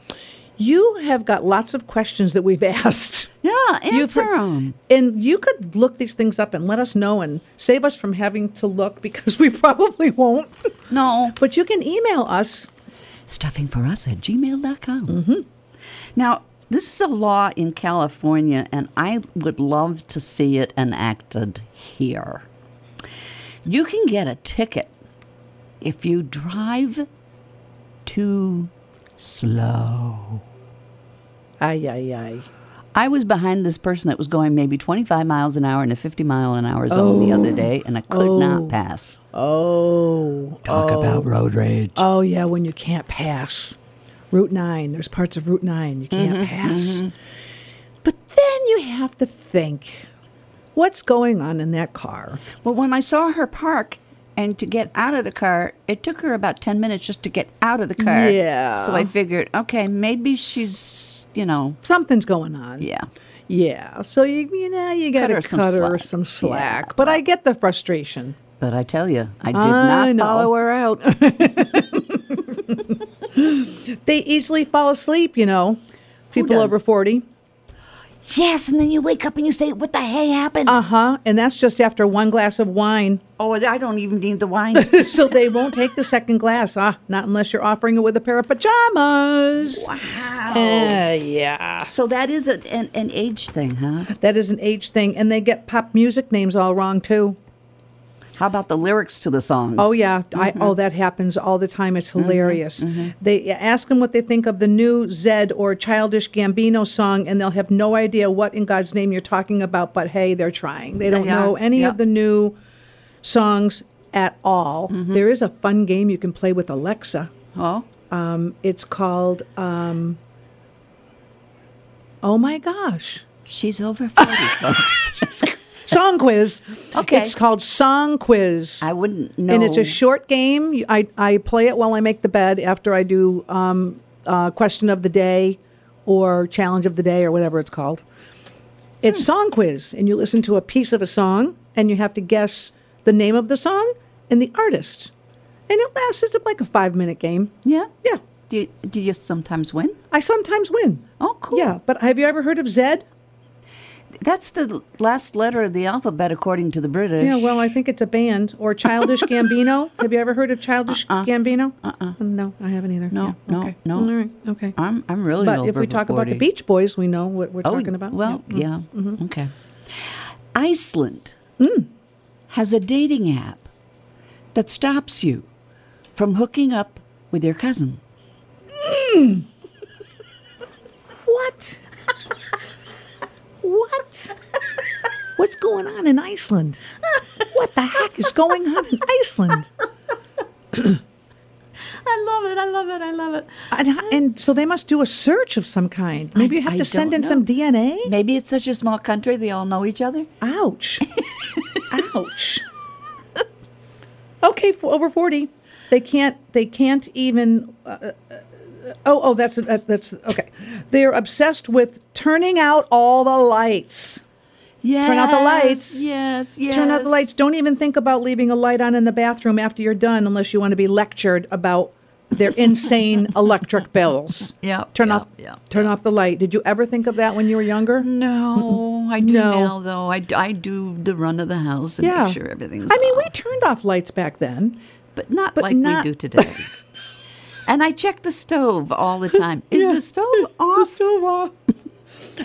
B: You have got lots of questions that we've asked.
A: Yeah,
B: You've
A: answer
B: heard-
A: 'em.
B: And you could look these things up and let us know and save us from having to look because we probably won't.
A: No.
B: But you can email us.
A: stuffing for us at gmail.com. Mm-hmm. Now, this is a law in California, and I would love to see it enacted here. You can get a ticket if you drive too slow.
B: Ay, ay, ay.
A: I was behind this person that was going maybe 25 miles an hour in a 50 mile an hour zone the other day, and I could not pass.
B: Oh.
A: Talk about road rage.
B: Oh yeah, when you can't pass Route 9. There's parts of Route 9 you can't
A: Mm-hmm,
B: pass. But then you have to think what's going on in that car?
A: Well, when I saw her park and to get out of the car, it took her about 10 minutes just to get out of the car.
B: Yeah.
A: So I figured, okay, maybe she's, you know,
B: Something's going on.
A: yeah.
B: Yeah. So you you know you got to
A: her
B: cut
A: some
B: her
A: slack.
B: some slack. But I get the frustration.
A: But I tell you, I did
B: I
A: not
B: know.
A: follow her out.
B: They easily fall asleep, you know. People
A: does?
B: over 40.
C: Yes, and then you wake up and you say, What the hey happened?
B: Uh-huh. And that's just after one glass of wine.
A: Uh, oh, I don't even need the wine.
B: so they won't take the second glass. Ah, not unless you're offering it with a pair of pajamas.
A: wow.
B: Uh, yeah.
A: so that is a, an, an age thing, huh?
B: That is an age thing. And they get pop music names all wrong, too.
A: How about the lyrics to the songs?
B: Oh, yeah.
A: Mm-hmm.
B: I, oh, that happens all the time. It's hilarious. They ask them what they think of the new Zed or Childish Gambino song, and they'll have no idea what in God's name you're talking about, but hey, they're trying. They don't
A: Yeah,
B: know any
A: yeah.
B: of the new songs at all.
A: Mm-hmm.
B: There is a fun game you can play with Alexa.
A: Oh,
B: Um, it's called, um, oh my gosh.
A: she's over 40, folks.
B: Song quiz.
A: Okay.
B: It's called Song Quiz.
A: I wouldn't know.
B: And it's a short game. You- I, I play it while I make the bed after I do um, uh, question of the day or challenge of the day or whatever it's called. It's
A: Hmm.
B: song quiz, and you listen to a piece of a song, and you have to guess the name of the song and the artist. And it lasts, it's like a five minute game.
A: Yeah?
B: Yeah.
A: Do, do you sometimes win?
B: I sometimes win.
A: Oh, cool.
B: Yeah, but have you ever heard of Zed?
A: That's the last letter of the alphabet, according to the British.
B: Yeah, well, I think it's a band or Childish Gambino. Have you ever heard of Childish Gambino? Uh-uh. No, I haven't either.
A: No,
B: Yeah,
A: no,
B: okay.
A: no.
B: All right, okay.
A: I'm I'm really.
B: but
A: over
B: if we talk about
A: 40.
B: the Beach Boys, we know what we're
A: oh,
B: talking about.
A: Well,
B: Yeah. Mm-hmm.
A: yeah, okay. Iceland
B: Mm.
A: has a dating app that stops you from hooking up with your cousin.
B: What? what? What's going on in Iceland? What the heck is going on in Iceland?
A: I love it. I love it. I love it.
B: And, and so they must do a search of some kind. Maybe you have
A: I
B: to send
A: don't
B: in some DNA?
A: Maybe it's such a small country; they all know each other.
B: Ouch. Ouch. Okay, for over 40. They can't they can't even uh, uh, uh, Oh, oh, that's uh, that's okay. They're obsessed with turning out all the lights.
A: Yes.
B: out the lights.
A: Yes. Yes.
B: Turn out the lights. Don't even think about leaving a light on in the bathroom after you're done unless you want to be lectured about their insane electric bills.
A: Yeah,
B: Turn
A: yeah,
B: off
A: yeah,
B: turn off the light. Did you ever think of that when you were younger?
A: No, I do
B: No.
A: now though. I, d- I do the run of the house and make sure everything's.
B: I mean,
A: on.
B: we turned off lights back then.
A: but not
B: But
A: like
B: not-
A: we do today. and I check the stove all the time. Is the stove off?
B: Still off.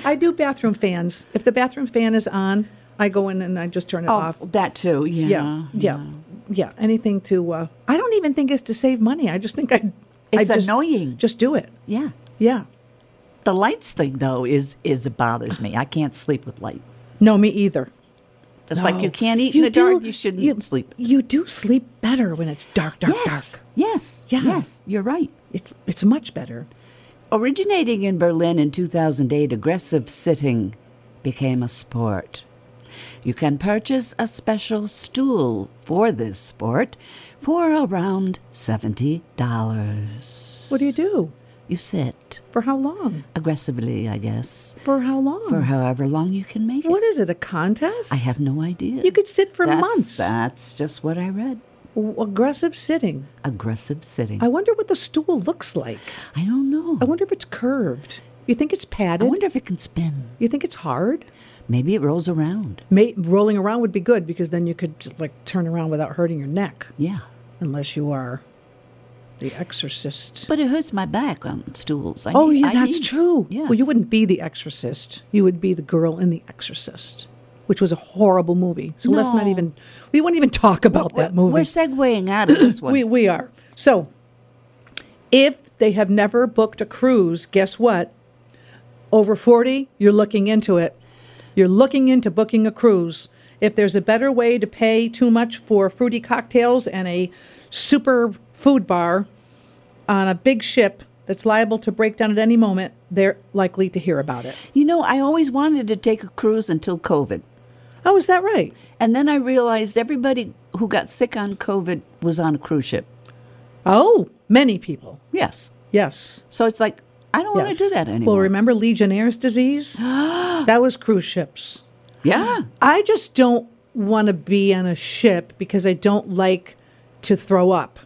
B: I do bathroom fans. If the bathroom fan is on, I go in and I just turn it
A: Oh,
B: off.
A: that too. Yeah.
B: Yeah, yeah, yeah. Anything to. Uh, I don't even think it's to save money. I just think I. I
A: It's
B: just-
A: annoying.
B: Just do it.
A: Yeah.
B: Yeah.
A: The lights thing though is is it bothers me. I can't sleep with light.
B: No, me either.
A: Just like you
B: No.
A: can't eat in the dark, you shouldn't sleep.
B: You do sleep better when it's dark, dark,
A: Yes.
B: dark.
A: Yes.
B: Yeah.
A: Yes. You're right.
B: It's it's much better.
A: Originating in Berlin in 2008, aggressive sitting became a sport. You can purchase a special stool for this sport for around $70.
B: What do you do?
A: You sit
B: For how long?
A: aggressively, I guess,
B: For how long?
A: for however long you can make it.
B: what is it? A contest?
A: I have no idea.
B: You could sit for
A: That's-
B: months.
A: That's just what I read.
B: W- Aggressive sitting.
A: Aggressive sitting.
B: I
A: I,
B: wonder what the stool looks like.
A: don't know.
B: I wonder if it's curved. You think it's
A: I
B: padded?
A: wonder if it can spin.
B: you think it's hard?
A: Maybe it rolls around.
B: Mate, rolling around would be good because then you could just, like turn around without hurting your neck,
A: Yeah.
B: unless you are the exorcist.
A: But it hurts my back on stools. I
B: oh
A: need-
B: yeah,
A: I
B: that's
A: need-
B: true.
A: Yes.
B: Well, you wouldn't be the exorcist. You would be the girl in the exorcist, which was a horrible movie. So let's not
A: No.
B: even we won't even talk about that movie.
A: We're segueing out of this one.
B: We we are. So if they have never booked a cruise, guess what? Over 40, you're looking into it. You're looking into booking a cruise. If there's a better way to pay too much for fruity cocktails and a super food bar on a big ship that's liable to break down at any moment, they're likely to hear about it.
A: you know, I always wanted to take a cruise until COVID.
B: Oh, is that right?
A: And then I realized everybody who got sick on COVID was on a cruise ship.
B: Oh, many people.
A: Yes.
B: Yes.
A: So it's like, Oh, I don't want to do
B: yes.
A: that anymore.
B: Well, remember Legionnaire's disease? that was cruise ships.
A: Yeah.
B: I just don't want to be on a ship because I don't like to throw up.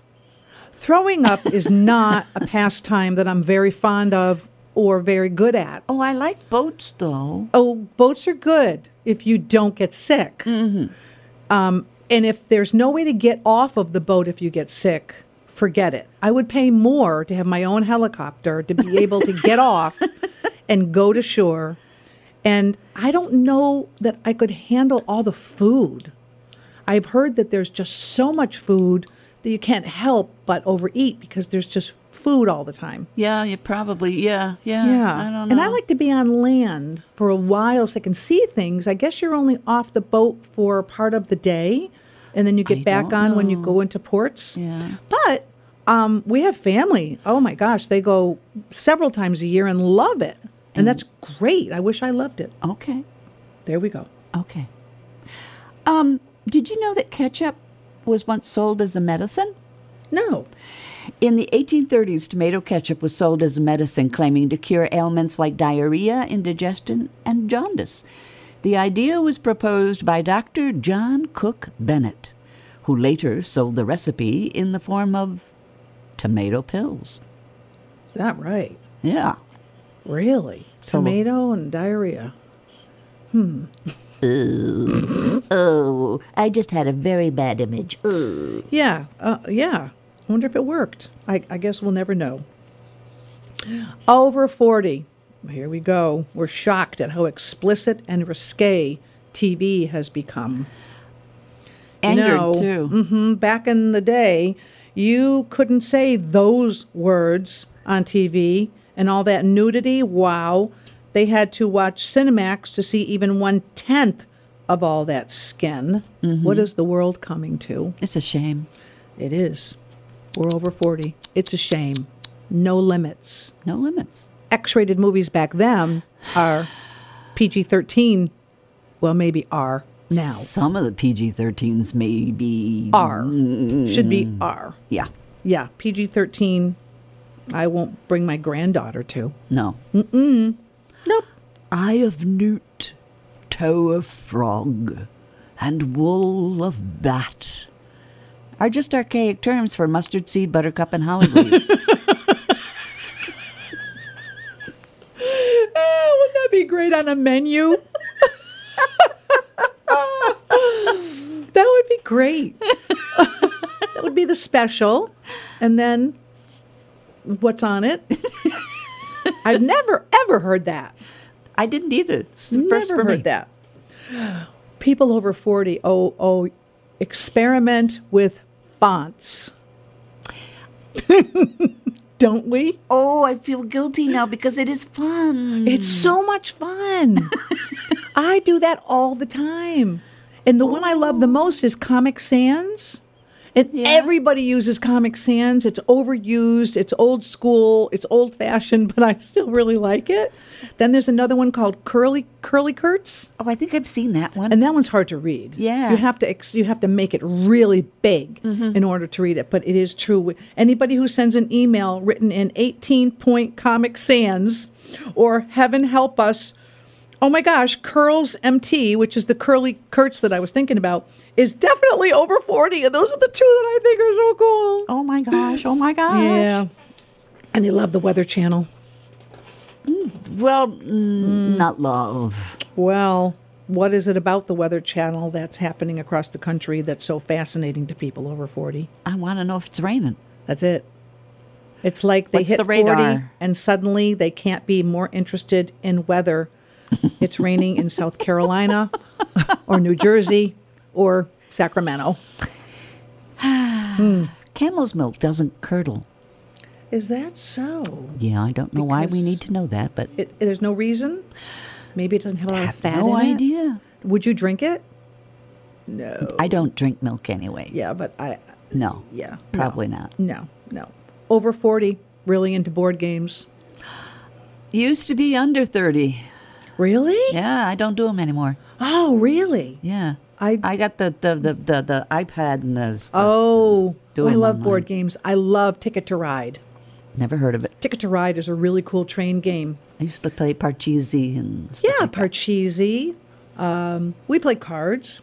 B: Throwing up is not a pastime that I'm very fond of or very good at.
A: Oh, I like boats though.
B: Oh, boats are good if you don't get sick. Um, and if there's no way to get off of the boat if you get sick, forget it. I would pay more to have my own helicopter to be able to get off and go to shore. And I don't know that I could handle all the food. I've heard that there's just so much food that you can't help but overeat because there's just food all the time.
A: Yeah, you probably. Yeah, yeah.
B: Yeah.
A: I don't know.
B: And I like to be on land for a while so I can see things. I guess you're only off the boat for part of the day and then you get
A: I
B: back
A: don't
B: on when you go into ports.
A: Yeah.
B: But um, we have family. Oh my gosh, they go several times a year and love it. And that's great. I wish I loved it.
A: Okay.
B: There we go.
A: Okay. Um, did you know that ketchup was once sold as a medicine?
B: No.
A: In the 1830s, tomato ketchup was sold as a medicine, claiming to cure ailments like diarrhea, indigestion, and jaundice. The idea was proposed by Dr. John Cook Bennett, who later sold the recipe in the form of tomato pills.
B: Is that right?
A: Yeah.
B: Really?
A: So-
B: Tomato and diarrhea.
C: Oh, I just had a very bad image. Oh,
B: Yeah, uh, yeah. I wonder if it worked. I, I guess we'll never know. Over 40. Here we go. We're shocked at how explicit and risque TV has become.
A: Angered,
B: No.
A: too.
B: Mhm. Back in the day, you couldn't say those words on TV and all that nudity. Wow. They had to watch Cinemax to see even one tenth of all that skin.
A: Mm-hmm.
B: What is the world coming to?
A: It's a shame.
B: It is. We're over 40. It's a shame. No limits.
A: No limits.
B: X rated movies back then are PG 13, well, maybe R now.
A: Some of the PG 13s may be.
B: R. Should be R.
A: Yeah.
B: Yeah, PG 13, I won't bring my granddaughter to.
A: No.
B: Nope.
A: Eye of newt, toe of frog, and wool of bat are just archaic terms for mustard seed, buttercup, and holly leaves.
B: Oh, wouldn't that be great on a menu? that would be great. that would be the special. And then what's on it? I've never, ever heard that.
A: I didn't either. It's the
B: never
A: first for
B: heard
A: me.
B: that. People over 40, oh, oh, experiment with fonts. Don't we?
A: Oh, I feel guilty now because it is fun.
B: It's so much fun. I do that all the time. And the one I love the most is Comic Sans. And everybody uses Comic Sans. It's overused, it's old school, it's old fashioned, but I still really like it. Then there's another one called Curly Curly Kurtz.
A: Oh, I think I've seen that one.
B: And that one's hard to read.
A: Yeah. Mm-hmm.
B: You have to ex- you have to make it really big in order to read it, but it is true. Anybody who sends an email written in 18-point Comic Sans or heaven help us Oh my gosh, Curls MT, which is the curly Kurtz that I was thinking about, is definitely over 40. And those are the two that I think are so cool.
A: oh my gosh! Oh my gosh!
B: Yeah. And they love the Weather Channel.
A: Well, mm, not love.
B: Well, what is it about the Weather Channel that's happening across the country that's so fascinating to people over 40?
A: I want to know if it's raining.
B: That's it. It's like they
A: What's
B: hit
A: the radar?
B: 40 and suddenly they can't be more interested in weather. it's raining in South Carolina or New Jersey or Sacramento.
A: Camel's milk doesn't curdle.
B: Is that so?
A: Yeah, I don't know why we
B: Because-
A: need to know that, but
B: It, there's no reason. Maybe it doesn't have a lot of fat
A: no
B: in it.
A: idea.
B: Would you drink it?
A: I don't drink milk anyway.
B: Yeah, but I.
A: No.
B: Yeah.
A: Probably
B: no.
A: not.
B: No, no. Over 40, really into board games.
A: Used to be under thirty.
B: Really?
A: Yeah, I don't do them anymore.
B: Oh, really?
A: Yeah.
B: I-
A: I got the the, the, the, the iPad and the stuff.
B: Oh,
A: Do
B: I
A: them
B: love
A: online.
B: board games. I love Ticket to Ride.
A: Never heard of it.
B: Ticket to Ride is a really cool train game.
A: I used to play Parcheesi and stuff.
B: Yeah, Parcheesi. Um, we play cards.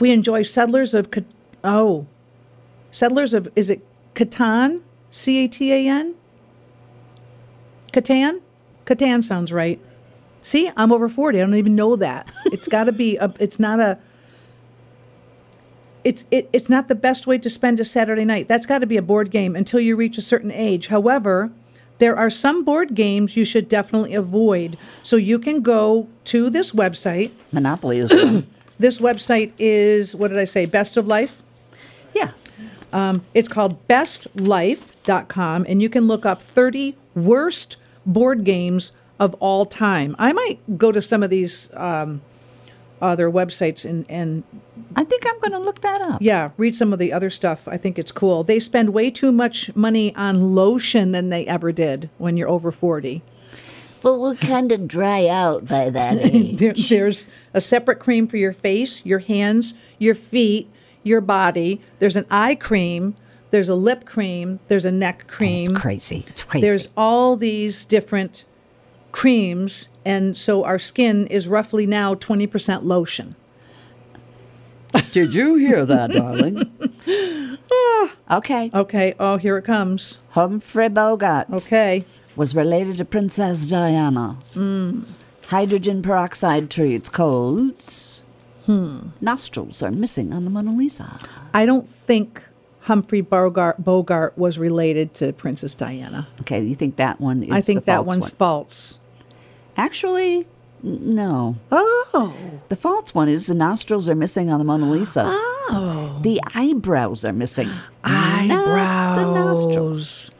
B: We enjoy Settlers of Cat- oh, Settlers of is it Catan? C A T A N. Catan. Catan sounds right. See, I'm over forty. I don't even know that. It's got to be a. It's not a. It's it, it's not the best way to spend a Saturday night. That's got to be a board game until you reach a certain age. However, there are some board games you should definitely avoid. So you can go to this website.
A: Monopoly is one.
B: This website is what did I say? Best of Life.
A: yeah.
B: Um, it's called bestlife.com, and you can look up 30 worst board games of all time. I might go to some of these um, other websites and, and
A: I think I'm going to look that up.
B: yeah, read some of the other stuff. I think it's cool. They spend way too much money on lotion than they ever did when you're over 40.
C: But we'll kind of dry out by that age.
B: There, there's a separate cream for your face, your hands, your feet, your body. There's an eye cream. There's a lip cream. There's a neck cream.
A: It's crazy. It's crazy.
B: There's all these different creams, and so our skin is roughly now 20% lotion.
A: Did you hear that, darling? okay.
B: Okay, oh, here it comes.
A: Humphrey Bogart
B: Okay.
A: was related to Princess Diana.
B: Hmm.
A: Hydrogen peroxide treats colds.
B: Hmm.
A: Nostrils are missing on the Mona Lisa.
B: I don't think Humphrey Bogart, Bogart was related to Princess Diana.
A: Okay, you think that one is
B: I
A: the
B: think that
A: false
B: one's
A: one.
B: false.
A: Actually, n- no.
B: Oh.
A: The false one is the nostrils are missing on the Mona Lisa.
B: Oh.
A: The eyebrows are missing.
B: Eyebrows.
A: Not the nostrils.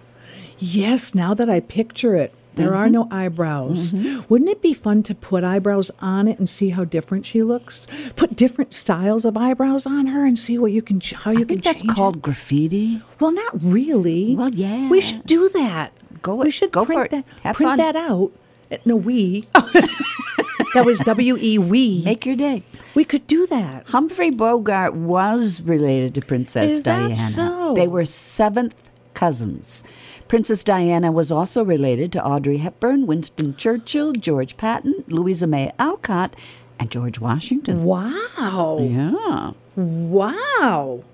B: Yes, now that I picture it, there
A: Mm-hmm.
B: are no eyebrows. Wouldn't it be fun to put eyebrows on it and see how different she looks? Put different styles of eyebrows on her and see what you can ch- how
A: I
B: you can
A: think that's
B: change it.
A: called graffiti.
B: Well, not really.
A: Well, yeah.
B: We should do that.
A: Go
B: We
A: it-
B: should
A: go
B: print
A: for it.
B: that.
A: Have
B: print
A: fun.
B: that out. Uh, No, we. that was W E we.
A: Make your day.
B: we could do that.
A: Humphrey Bogart was related to Princess
B: Is
A: Diana.
B: that so?
A: They were seventh cousins. Princess Diana was also related to Audrey Hepburn, Winston Churchill, George Patton, Louisa May Alcott, and George Washington.
B: Wow.
A: Yeah.
B: Wow.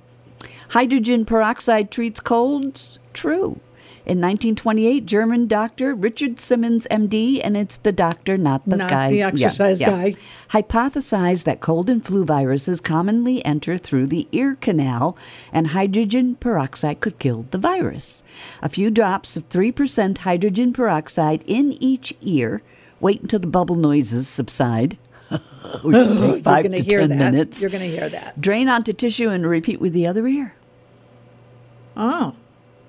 A: Hydrogen peroxide treats colds? True. In 1928, German doctor Richard Simmons, MD, and it's the doctor, not the
B: Not
A: guy.
B: the exercise guy.
A: Hypothesized that cold and flu viruses commonly enter through the ear canal, and hydrogen peroxide could kill the virus. A few drops of 3% hydrogen peroxide in each ear. Wait until the bubble noises subside, which take
B: You're
A: five
B: gonna
A: to
B: hear
A: ten
B: that.
A: minutes.
B: You're going to hear that.
A: Drain onto tissue and repeat with the other ear.
B: Oh,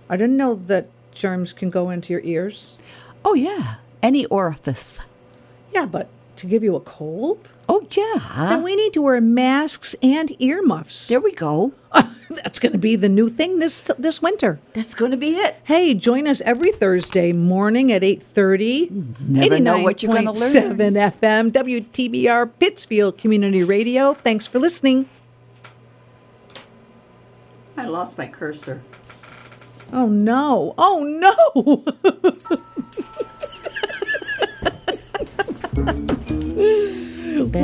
B: I didn't know that germs can go into your ears.
A: Oh, yeah. Any orifice.
B: Yeah, but to give you a cold,
A: Oh, yeah.
B: then we need to wear masks and earmuffs.
A: There we go.
B: That's going to be the new thing this this winter.
A: That's going to be it.
B: Hey, join us every Thursday morning at 8.30.
A: Never know what you're gonna learn.
B: 7 FM, WTBR, Pittsfield Community Radio. Thanks for listening.
A: I lost my cursor.
B: Oh, no. Oh, no.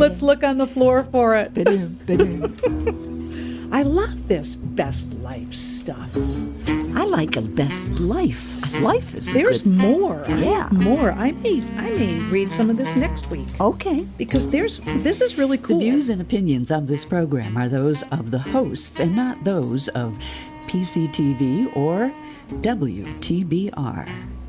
B: Let's look on the floor for it. I love this best life stuff.
A: I like a best life. Life is
B: There's
A: good.
B: more. I
A: Yeah.
B: have More. I may I may read some of this next week.
A: Okay.
B: Because there's this is really
D: The
B: cool.
D: views and opinions of this program are those of the hosts and not those of PCTV or WTBR.